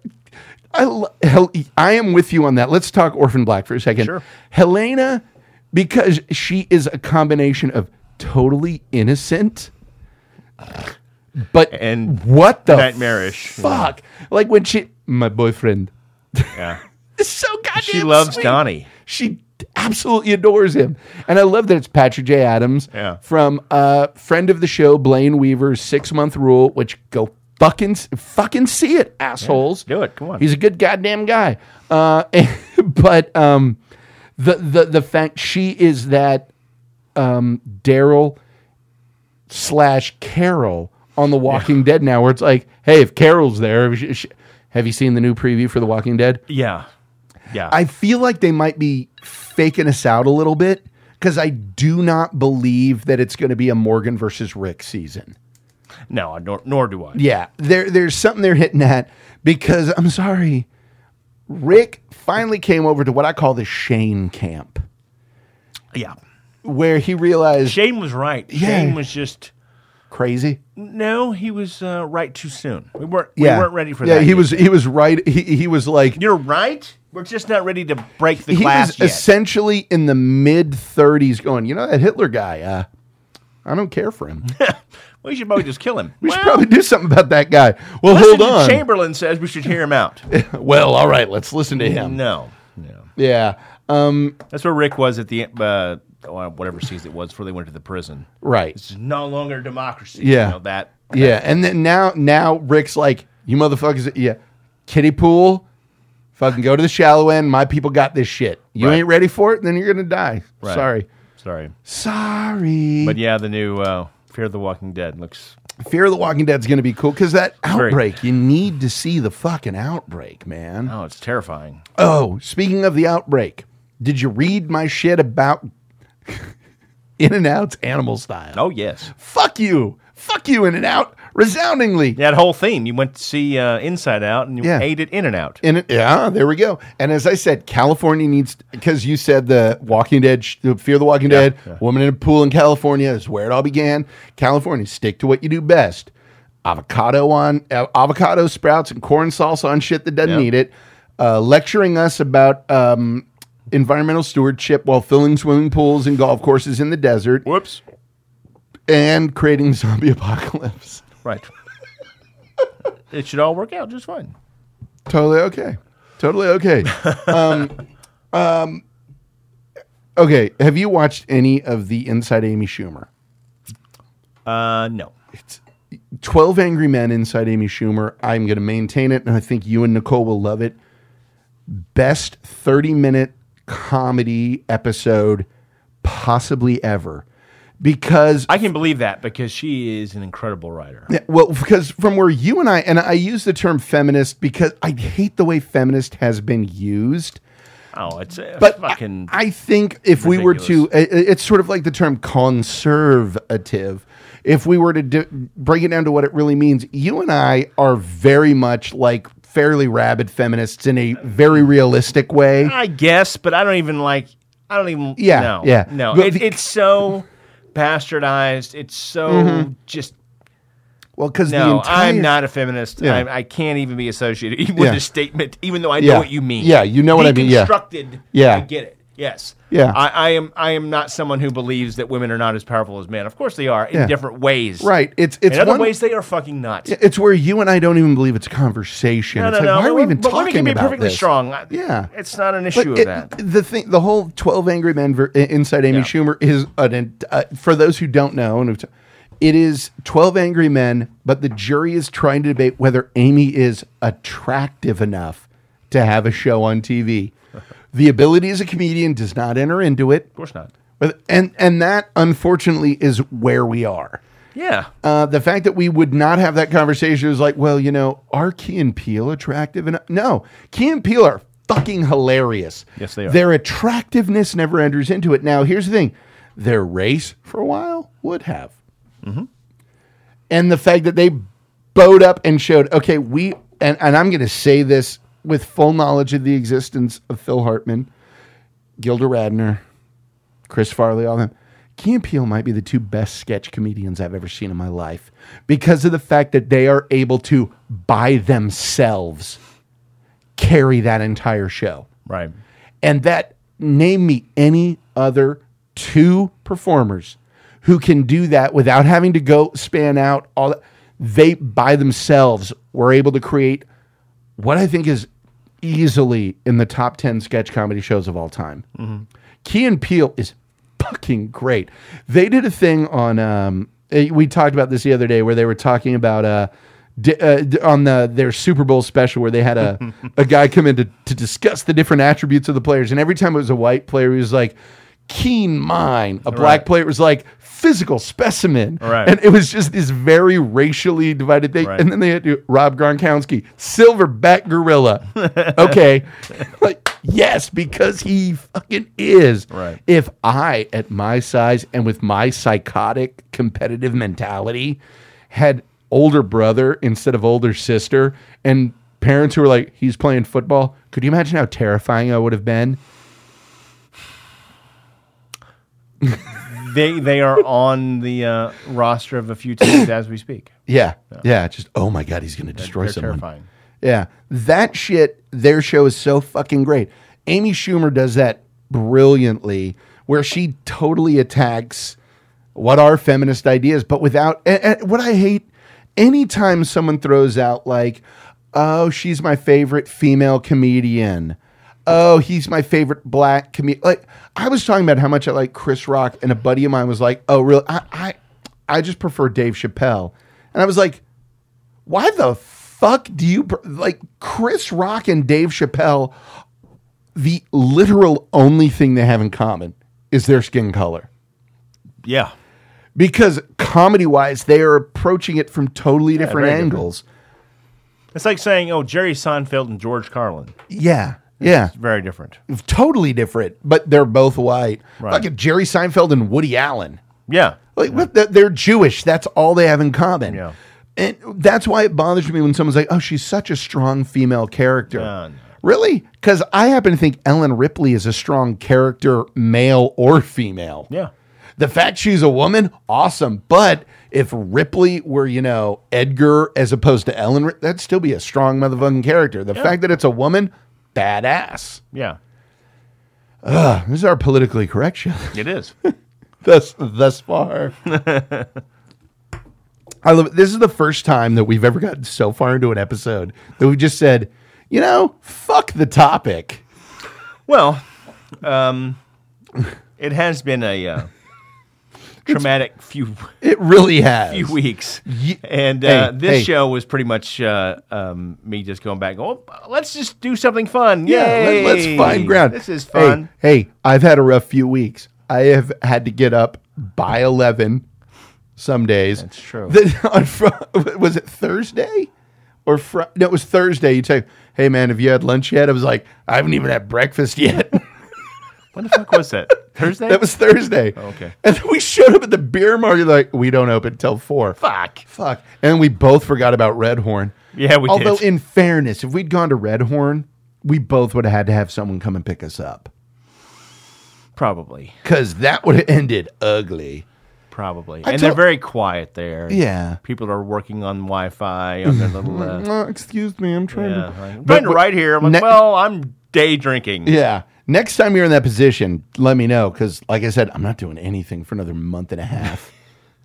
A: I, l- Hel- I am with you on that. Let's talk Orphan Black for a second.
B: Sure.
A: Helena, because she is a combination of totally innocent, but
B: And
A: what the
B: nightmarish, yeah.
A: fuck? Like when she, my boyfriend,
B: Yeah.
A: it's so goddamn.
B: She loves
A: sweet.
B: Donnie.
A: She absolutely adores him, and I love that it's Patrick J. Adams
B: Yeah.
A: from uh, friend of the show Blaine Weaver's Six Month Rule, which go fucking fucking see it, assholes.
B: do it. Come on.
A: He's a good goddamn guy. Uh, but um, the the the fact she is that um, Daryl slash Carol on The Walking Dead now, where it's like, hey, if Carol's there, if she- she- have you seen the new preview for The Walking Dead?
B: Yeah. Yeah.
A: I feel like they might be faking us out a little bit because I do not believe that it's going to be a Morgan versus Rick season.
B: no, nor, nor do I.
A: Yeah, there there's something they're hitting at because I'm sorry, Rick finally came over to what I call the Shane camp
B: Yeah.
A: where he realized
B: Shane was right.
A: Yeah.
B: Shane was just
A: crazy.
B: no. He was uh, right too soon. We weren't.
A: yeah,
B: We weren't ready for
A: yeah,
B: that.
A: he
B: yet.
A: was he was right. He he was like
B: You're right. We're just not ready to break the
A: he
B: glass
A: was
B: yet.
A: essentially in the mid 30s going. You know that Hitler guy. Uh, I don't care for him.
B: we should probably just kill him.
A: We should probably do something about that guy. Well,
B: listen
A: hold
B: to
A: on.
B: Chamberlain says we should hear him out.
A: Well, all right, let's listen to him.
B: no. No.
A: Yeah. Um,
B: That's where Rick was at the uh, or whatever season it was before they went to the prison.
A: right.
B: It's no longer democracy.
A: Yeah.
B: You know, that.
A: Yeah, and then now now Rick's like, you motherfuckers yeah. Kiddie pool, fucking go to the shallow end. My people got this shit. You
B: Right.
A: ain't ready for it, then you're gonna die.
B: Right.
A: Sorry.
B: Sorry.
A: Sorry.
B: But yeah, the new uh, Fear of the Walking Dead looks.
A: Fear of the Walking Dead's gonna be cool because that
B: Very-
A: outbreak, you need to see the fucking outbreak, man.
B: Oh, it's terrifying.
A: Oh, speaking of the outbreak, did you read my shit about In and Out's animal style.
B: Oh yes,
A: Fuck you. Fuck you, In and Out. Resoundingly.
B: that whole theme. You went to see uh, Inside Out and you
A: Yeah.
B: ate it in and out.
A: In it, yeah, there we go. And as I said, California needs because you said the Walking Dead, sh- the Fear the Walking Dead, woman in a pool in California is where it all began. California, stick to what you do best: avocado on av- avocado sprouts and corn salsa on shit that doesn't
B: Yeah.
A: need it. Uh, lecturing us about um, environmental stewardship while filling swimming pools and golf courses in the desert,
B: Whoops.
A: and creating zombie apocalypse.
B: Right. it should all work out just fine.
A: Totally okay. Totally okay. um, um, okay. Have you watched any of the Inside Amy Schumer?
B: Uh, no.
A: It's Twelve Angry Men Inside Amy Schumer. I'm going to maintain it, and I think you and Nicole will love it. Best 30 minute comedy episode possibly ever, because
B: I can believe that because she is an incredible writer.
A: Yeah, well, because from where you and I, and I use the term feminist because I hate the way feminist has been used.
B: Oh, it's a
A: but
B: fucking.
A: I, I think if we were to,
B: ridiculous.
A: i- i- it's sort of like the term conservative. If we were to d- break it down to what it really means, you and I are very much like fairly rabid feminists in a very realistic way.
B: I guess, but I don't even like. I don't even.
A: Yeah,
B: No,
A: yeah.
B: No.
A: But
B: It,
A: the-
B: it's so bastardized. It's so just.
A: Well, because the
B: No,
A: entire,
B: I'm not a feminist.
A: Yeah.
B: I, I can't even be associated with
A: Yeah.
B: the statement, even though I
A: Yeah.
B: know what you mean.
A: Yeah, you know what I mean, yeah.
B: Deconstructed.
A: Yeah.
B: I get it. Yes.
A: Yeah.
B: I, I am. I am not someone who believes that women are not as powerful as men. Of course they are in
A: Yeah.
B: different ways.
A: right. It's it's
B: In other
A: one,
B: ways, they are fucking nuts.
A: It's where you and I don't even believe it's a conversation.
B: No,
A: it's like,
B: no, no.
A: why are
B: but
A: we even
B: but
A: talking
B: women can be
A: about
B: perfectly
A: this?
B: strong. I-
A: Yeah.
B: It's not an
A: But
B: issue
A: it-
B: of that.
A: The thing, the whole Twelve Angry Men ver- i- inside Amy
B: Yeah.
A: Schumer is an. en- Uh, for those who don't know, and who've t- it is Twelve Angry Men, but the jury is trying to debate whether Amy is attractive enough to have a show on TV. the ability as a comedian does not enter into it,
B: Of course not.
A: But- and and that unfortunately is where we are.
B: Yeah.
A: Uh, the fact that we would not have that conversation is like, well, you know, are Key and Peele attractive? And no, Key and Peele are fucking hilarious.
B: Yes, they are.
A: Their attractiveness never enters into it. Now, here's the thing: their race for a while would have,
B: Mm-hmm.
A: and the fact that they bowed up and showed, okay, we and and I'm going to say this with full knowledge of the existence of Phil Hartman, Gilda Radner, Chris Farley, all them. Key and Peele might be the two best sketch comedians I've ever seen in my life because of the fact that they are able to, by themselves, carry that entire show.
B: right.
A: And that, name me any other two performers who can do that without having to go span out all that. They, by themselves, were able to create what I think is easily in the top 10 sketch comedy shows of all time.
B: Mm-hmm.
A: Key and Peele is fucking great. They did a thing on, um, eh, we talked about this the other day where they were talking about, uh, di- uh, d- on the their Super Bowl special where they had a, a guy come in to, to discuss the different attributes of the players. And every time it was a white player, he was like, keen mind. A black
B: Right.
A: player was like, physical specimen.
B: Right.
A: And it was just this very racially divided thing.
B: Right.
A: And then they had to Rob Gronkowski, silverback gorilla. okay. like, yes, because he fucking is.
B: Right.
A: If I, at my size and with my psychotic competitive mentality, had older brother instead of older sister and parents who were like, he's playing football, could you imagine how terrifying I would have been?
B: They they are on the uh, roster of a few teams as we speak.
A: Yeah. Yeah. Just, oh my God, he's going to destroy
B: They're
A: someone.
B: terrifying.
A: Yeah. That shit, their show is so fucking great. Amy Schumer does that brilliantly, where she totally attacks what are feminist ideas, but without and, and what I hate anytime someone throws out, like, oh, she's my favorite female comedian. Oh, he's my favorite black comedian. Like, I was talking about how much I like Chris Rock, and a buddy of mine was like, oh, really? I, I, I just prefer Dave Chappelle. And I was like, why the fuck do you pr- like Chris Rock and Dave Chappelle? The literal only thing they have in common is their skin color
B: Yeah.
A: because comedy wise, they are approaching it from totally different
B: very
A: angles.
B: It's like saying, oh, Jerry Seinfeld and George Carlin.
A: Yeah. Yeah.
B: It's very different.
A: Totally different, but they're both white.
B: Right.
A: Like Jerry Seinfeld and Woody Allen.
B: Yeah.
A: Like what the, they're Jewish. That's all they have in common.
B: Yeah.
A: And that's why it bothers me when someone's like, "Oh, she's such a strong female character."
B: Yeah, no.
A: Really? Because I happen to think Ellen Ripley is a strong character, male or female.
B: Yeah.
A: The fact she's a woman, awesome. But if Ripley were, you know, Edgar as opposed to Ellen, Ri- that'd still be a strong motherfucking character. The fact that it's a woman, badass.
B: Yeah.
A: This is our politically correct show.
B: It is.
A: thus thus far. I love it. This is the first time that we've ever gotten so far into an episode that we've just said, you know, fuck the topic.
B: well, um, it has been a uh, traumatic few
A: It really has.
B: few weeks.
A: Ye-
B: And
A: Hey,
B: uh, this
A: hey.
B: show was pretty much uh, um, me just going back, oh, let's just do something fun.
A: Yeah,
B: Yay!
A: let, us find ground.
B: This is
A: Hey,
B: fun.
A: Hey, I've had a rough few weeks. I have had to get up by eleven some days. That's
B: true.
A: on fr- was it Thursday or Friday? No, it was Thursday. You say, "Hey, man, have you had lunch yet?" I was like, "I haven't even had breakfast yet."
B: When the fuck was that? Thursday? Oh,
A: That was Thursday.
B: okay.
A: And then we showed up at the beer market like we don't open till four.
B: fuck.
A: Fuck. And we both forgot about Red Horn.
B: Yeah, we did.
A: Although in fairness, if we'd gone to Red Horn, we both would have had to have someone come and pick us up
B: Probably.
A: because that would have ended ugly.
B: Probably.
A: I
B: and
A: told-
B: they're very quiet there.
A: Yeah.
B: People are working on Wi Fi on their little. Uh,
A: Uh, excuse me, I'm trying
B: yeah,
A: to. But-
B: like, trying to write here. I'm like,
A: ne-
B: well, I'm day drinking.
A: Yeah. Next time you're in that position, let me know because, like I said, I'm not doing anything for another month and a half.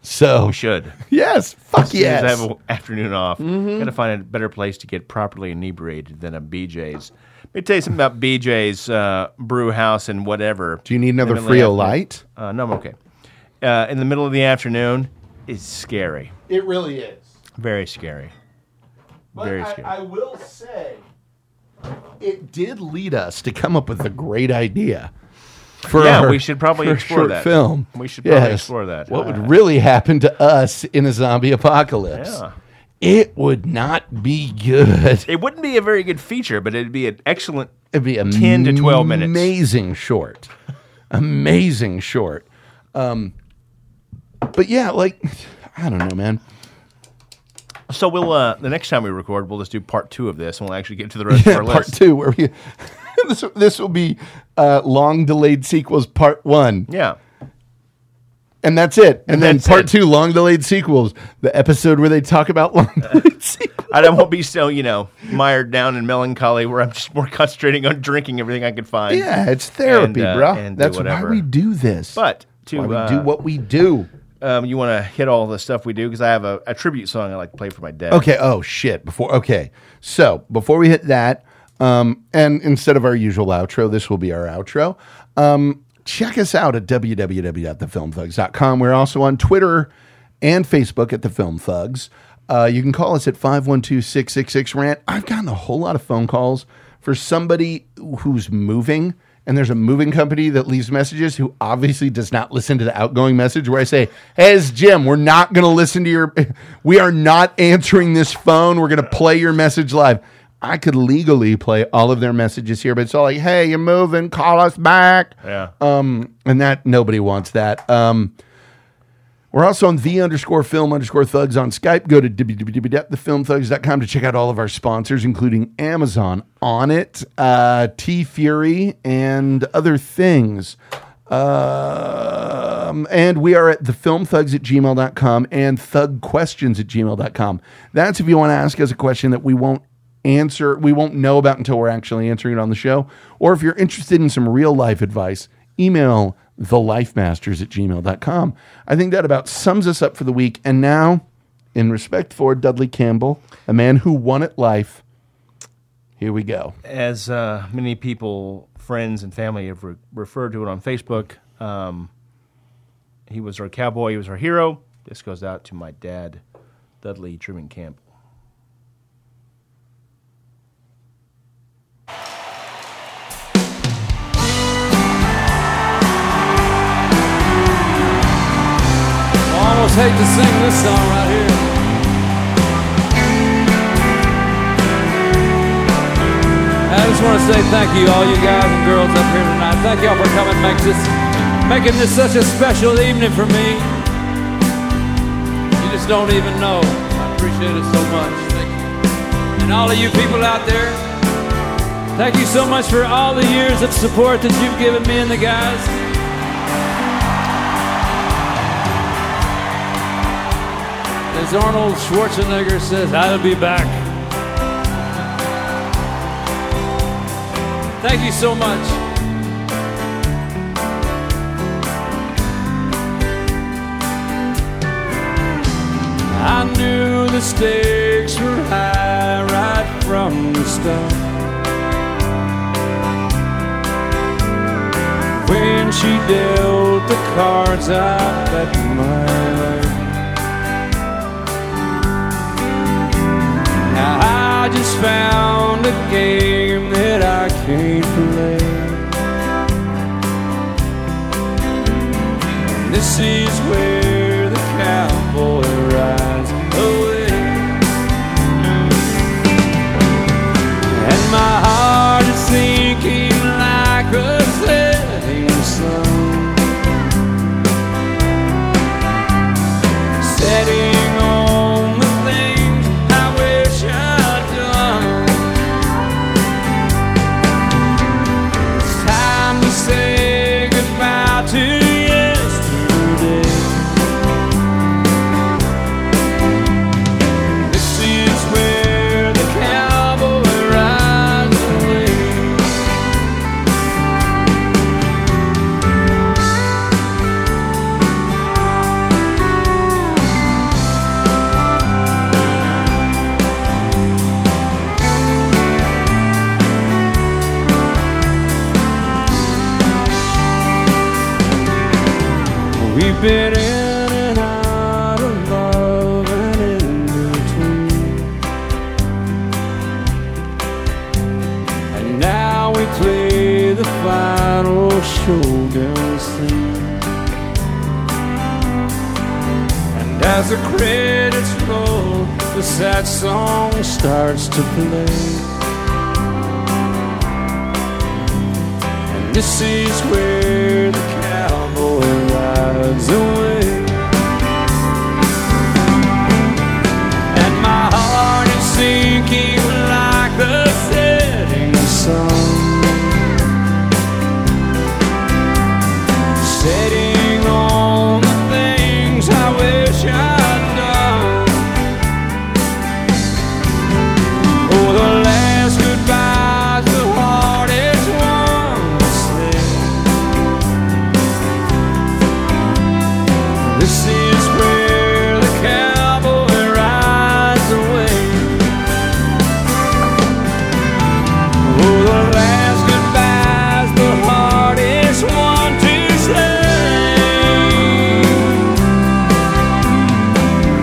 A: So
B: We should.
A: yes, fuck
B: As soon as
A: yes. Mm-hmm.
B: I have an afternoon off. Gotta find a better place to get properly inebriated than a BJ's. Let me tell you something about BJ's uh, brew house and whatever.
A: Do you need another
B: Evidently,
A: Frio
B: I-
A: light?
B: Uh, no, I'm okay. Uh, in the middle of the afternoon is scary.
A: It really is.
B: Very scary.
A: But
B: Very
A: I,
B: scary.
A: I will say, it did lead us to come up with a great idea. For
B: Yeah, we should probably
A: for a
B: explore
A: short
B: that.
A: film.
B: We should probably explore that.
A: What
B: Uh,
A: would really happen to us in a zombie apocalypse?
B: Yeah.
A: It would not be good.
B: It wouldn't be a very good feature, but it'd be an excellent.
A: It'd be a
B: 10 to 12 minutes.
A: Amazing short. Amazing short. Um, but yeah, like I don't know, man.
B: So we'll uh, the next time we record, we'll just do part two of this, and we'll actually get to the rest of our
A: part
B: list.
A: two where we this, this will be uh, long delayed sequels part one
B: Yeah,
A: and that's it and, then
B: that's
A: part
B: it.
A: two long delayed sequels the episode where they talk about long delayed sequels
B: I don't- won't be so you know mired down in melancholy where I'm just more concentrating on drinking everything I could find.
A: yeah it's therapy
B: And, uh,
A: bro
B: and do
A: that's why
B: whatever.
A: we do this
B: But to
A: why we
B: uh,
A: do what we do
B: um, you want to hit all the stuff we do because I have a, a tribute song I like to play for my dad.
A: okay oh shit before okay so before we hit that um, and instead of our usual outro this will be our outro um, check us out at www.thefilmthugs.com we're also on twitter and facebook at the film thugs uh, you can call us at 512-666-rant i've gotten a whole lot of phone calls for somebody who's moving and there's a moving company that leaves messages who obviously does not listen to the outgoing message where I say, Hey, it's Jim, we're not going to listen to your, we are not answering this phone. We're going to play your message live. I could legally play all of their messages here, but it's all like, Hey, you're moving, call us back.
B: Yeah.
A: Um, and that nobody wants that. Um, we're also on the underscore film underscore thugs on Skype. Go to www.thefilmthugs.com to check out all of our sponsors, including Amazon, On It, uh, T Fury, and other things. Um, and we are at thefilmthugs at gmail.com and thugquestions at gmail.com. That's if you want to ask us a question that we won't answer, we won't know about until we're actually answering it on the show. Or if you're interested in some real life advice, email thelifemasters at gmail.com. I think that about sums us up for the week. And now, in respect for Dudley Campbell, a man who won at life, here we go.
B: As uh, many people, friends, and family have re- referred to it on Facebook, um, he was our cowboy. He was our hero. This goes out to my dad, Dudley Truman Campbell.
E: almost hate to sing this song right here. And I just want to say thank you, all you guys and girls up here tonight. Thank y'all for coming, makes this, making this such a special evening for me. You just don't even know. I appreciate it so much. Thank you. And all of you people out there, thank you so much for all the years of support that you've given me and the guys. As Arnold Schwarzenegger says, I'll be back. Thank you so much. I knew the stakes were high right from the start. When she dealt the cards out that my way. Now I just found a game that I can't play. And this is where the cowboy rides away. And my heart is sinking like a setting sun. setting on the things I wish I'd done. It's time to say goodbye to yesterday. This is where the cowboy rides away. We've been in and out of love and in between. And now we play the final showdown scene. And as the credits roll, the sad song starts to play. And this is where the cowboy rides away. And my heart is sinking like the setting sun. Setting on the things I wish I'd done. Oh, the last goodbye's the hardest one to say. This is where the cowboy rides away. Oh, the last goodbye's the hardest one to say.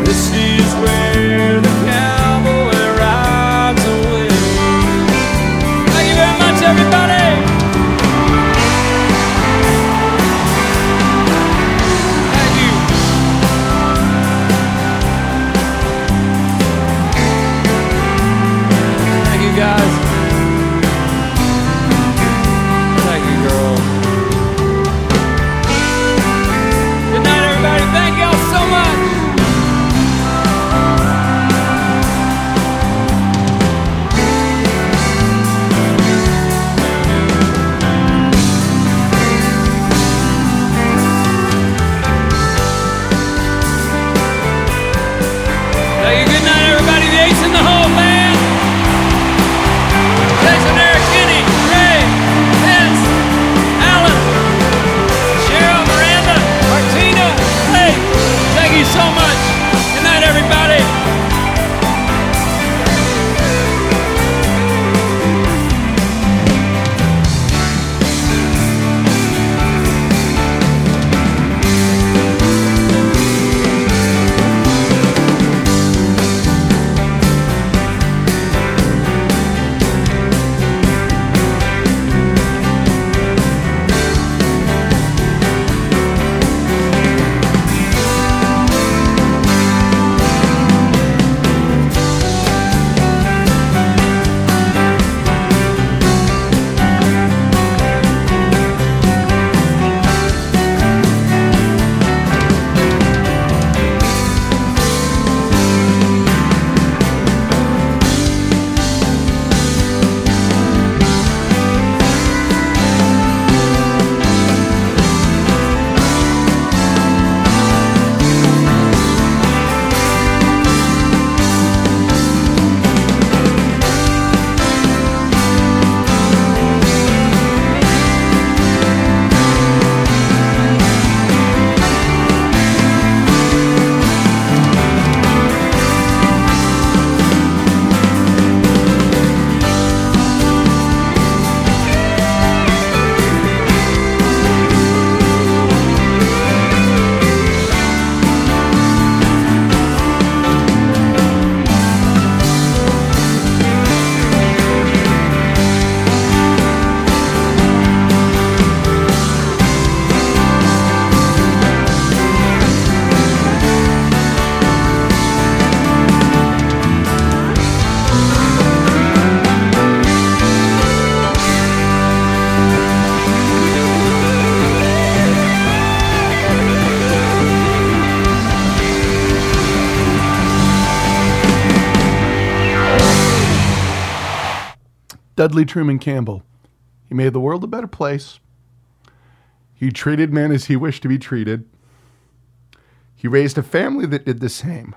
E: This is where the cowboy rides away. Thank you very much, everybody. Thank you. Thank you, guys. Thank you, girl. Good night, everybody. Thank y'all so much.
A: Dudley Truman Campbell. He made the world a better place. He treated men as he wished to be treated. He raised a family that did the same.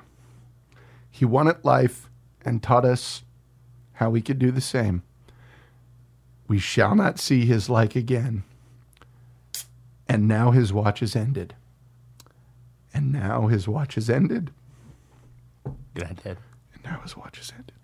A: He won at life and taught us how we could do the same. We shall not see his like again. And now his watch is ended. And now his watch is ended.
B: Good, I did.
A: And now his watch is ended.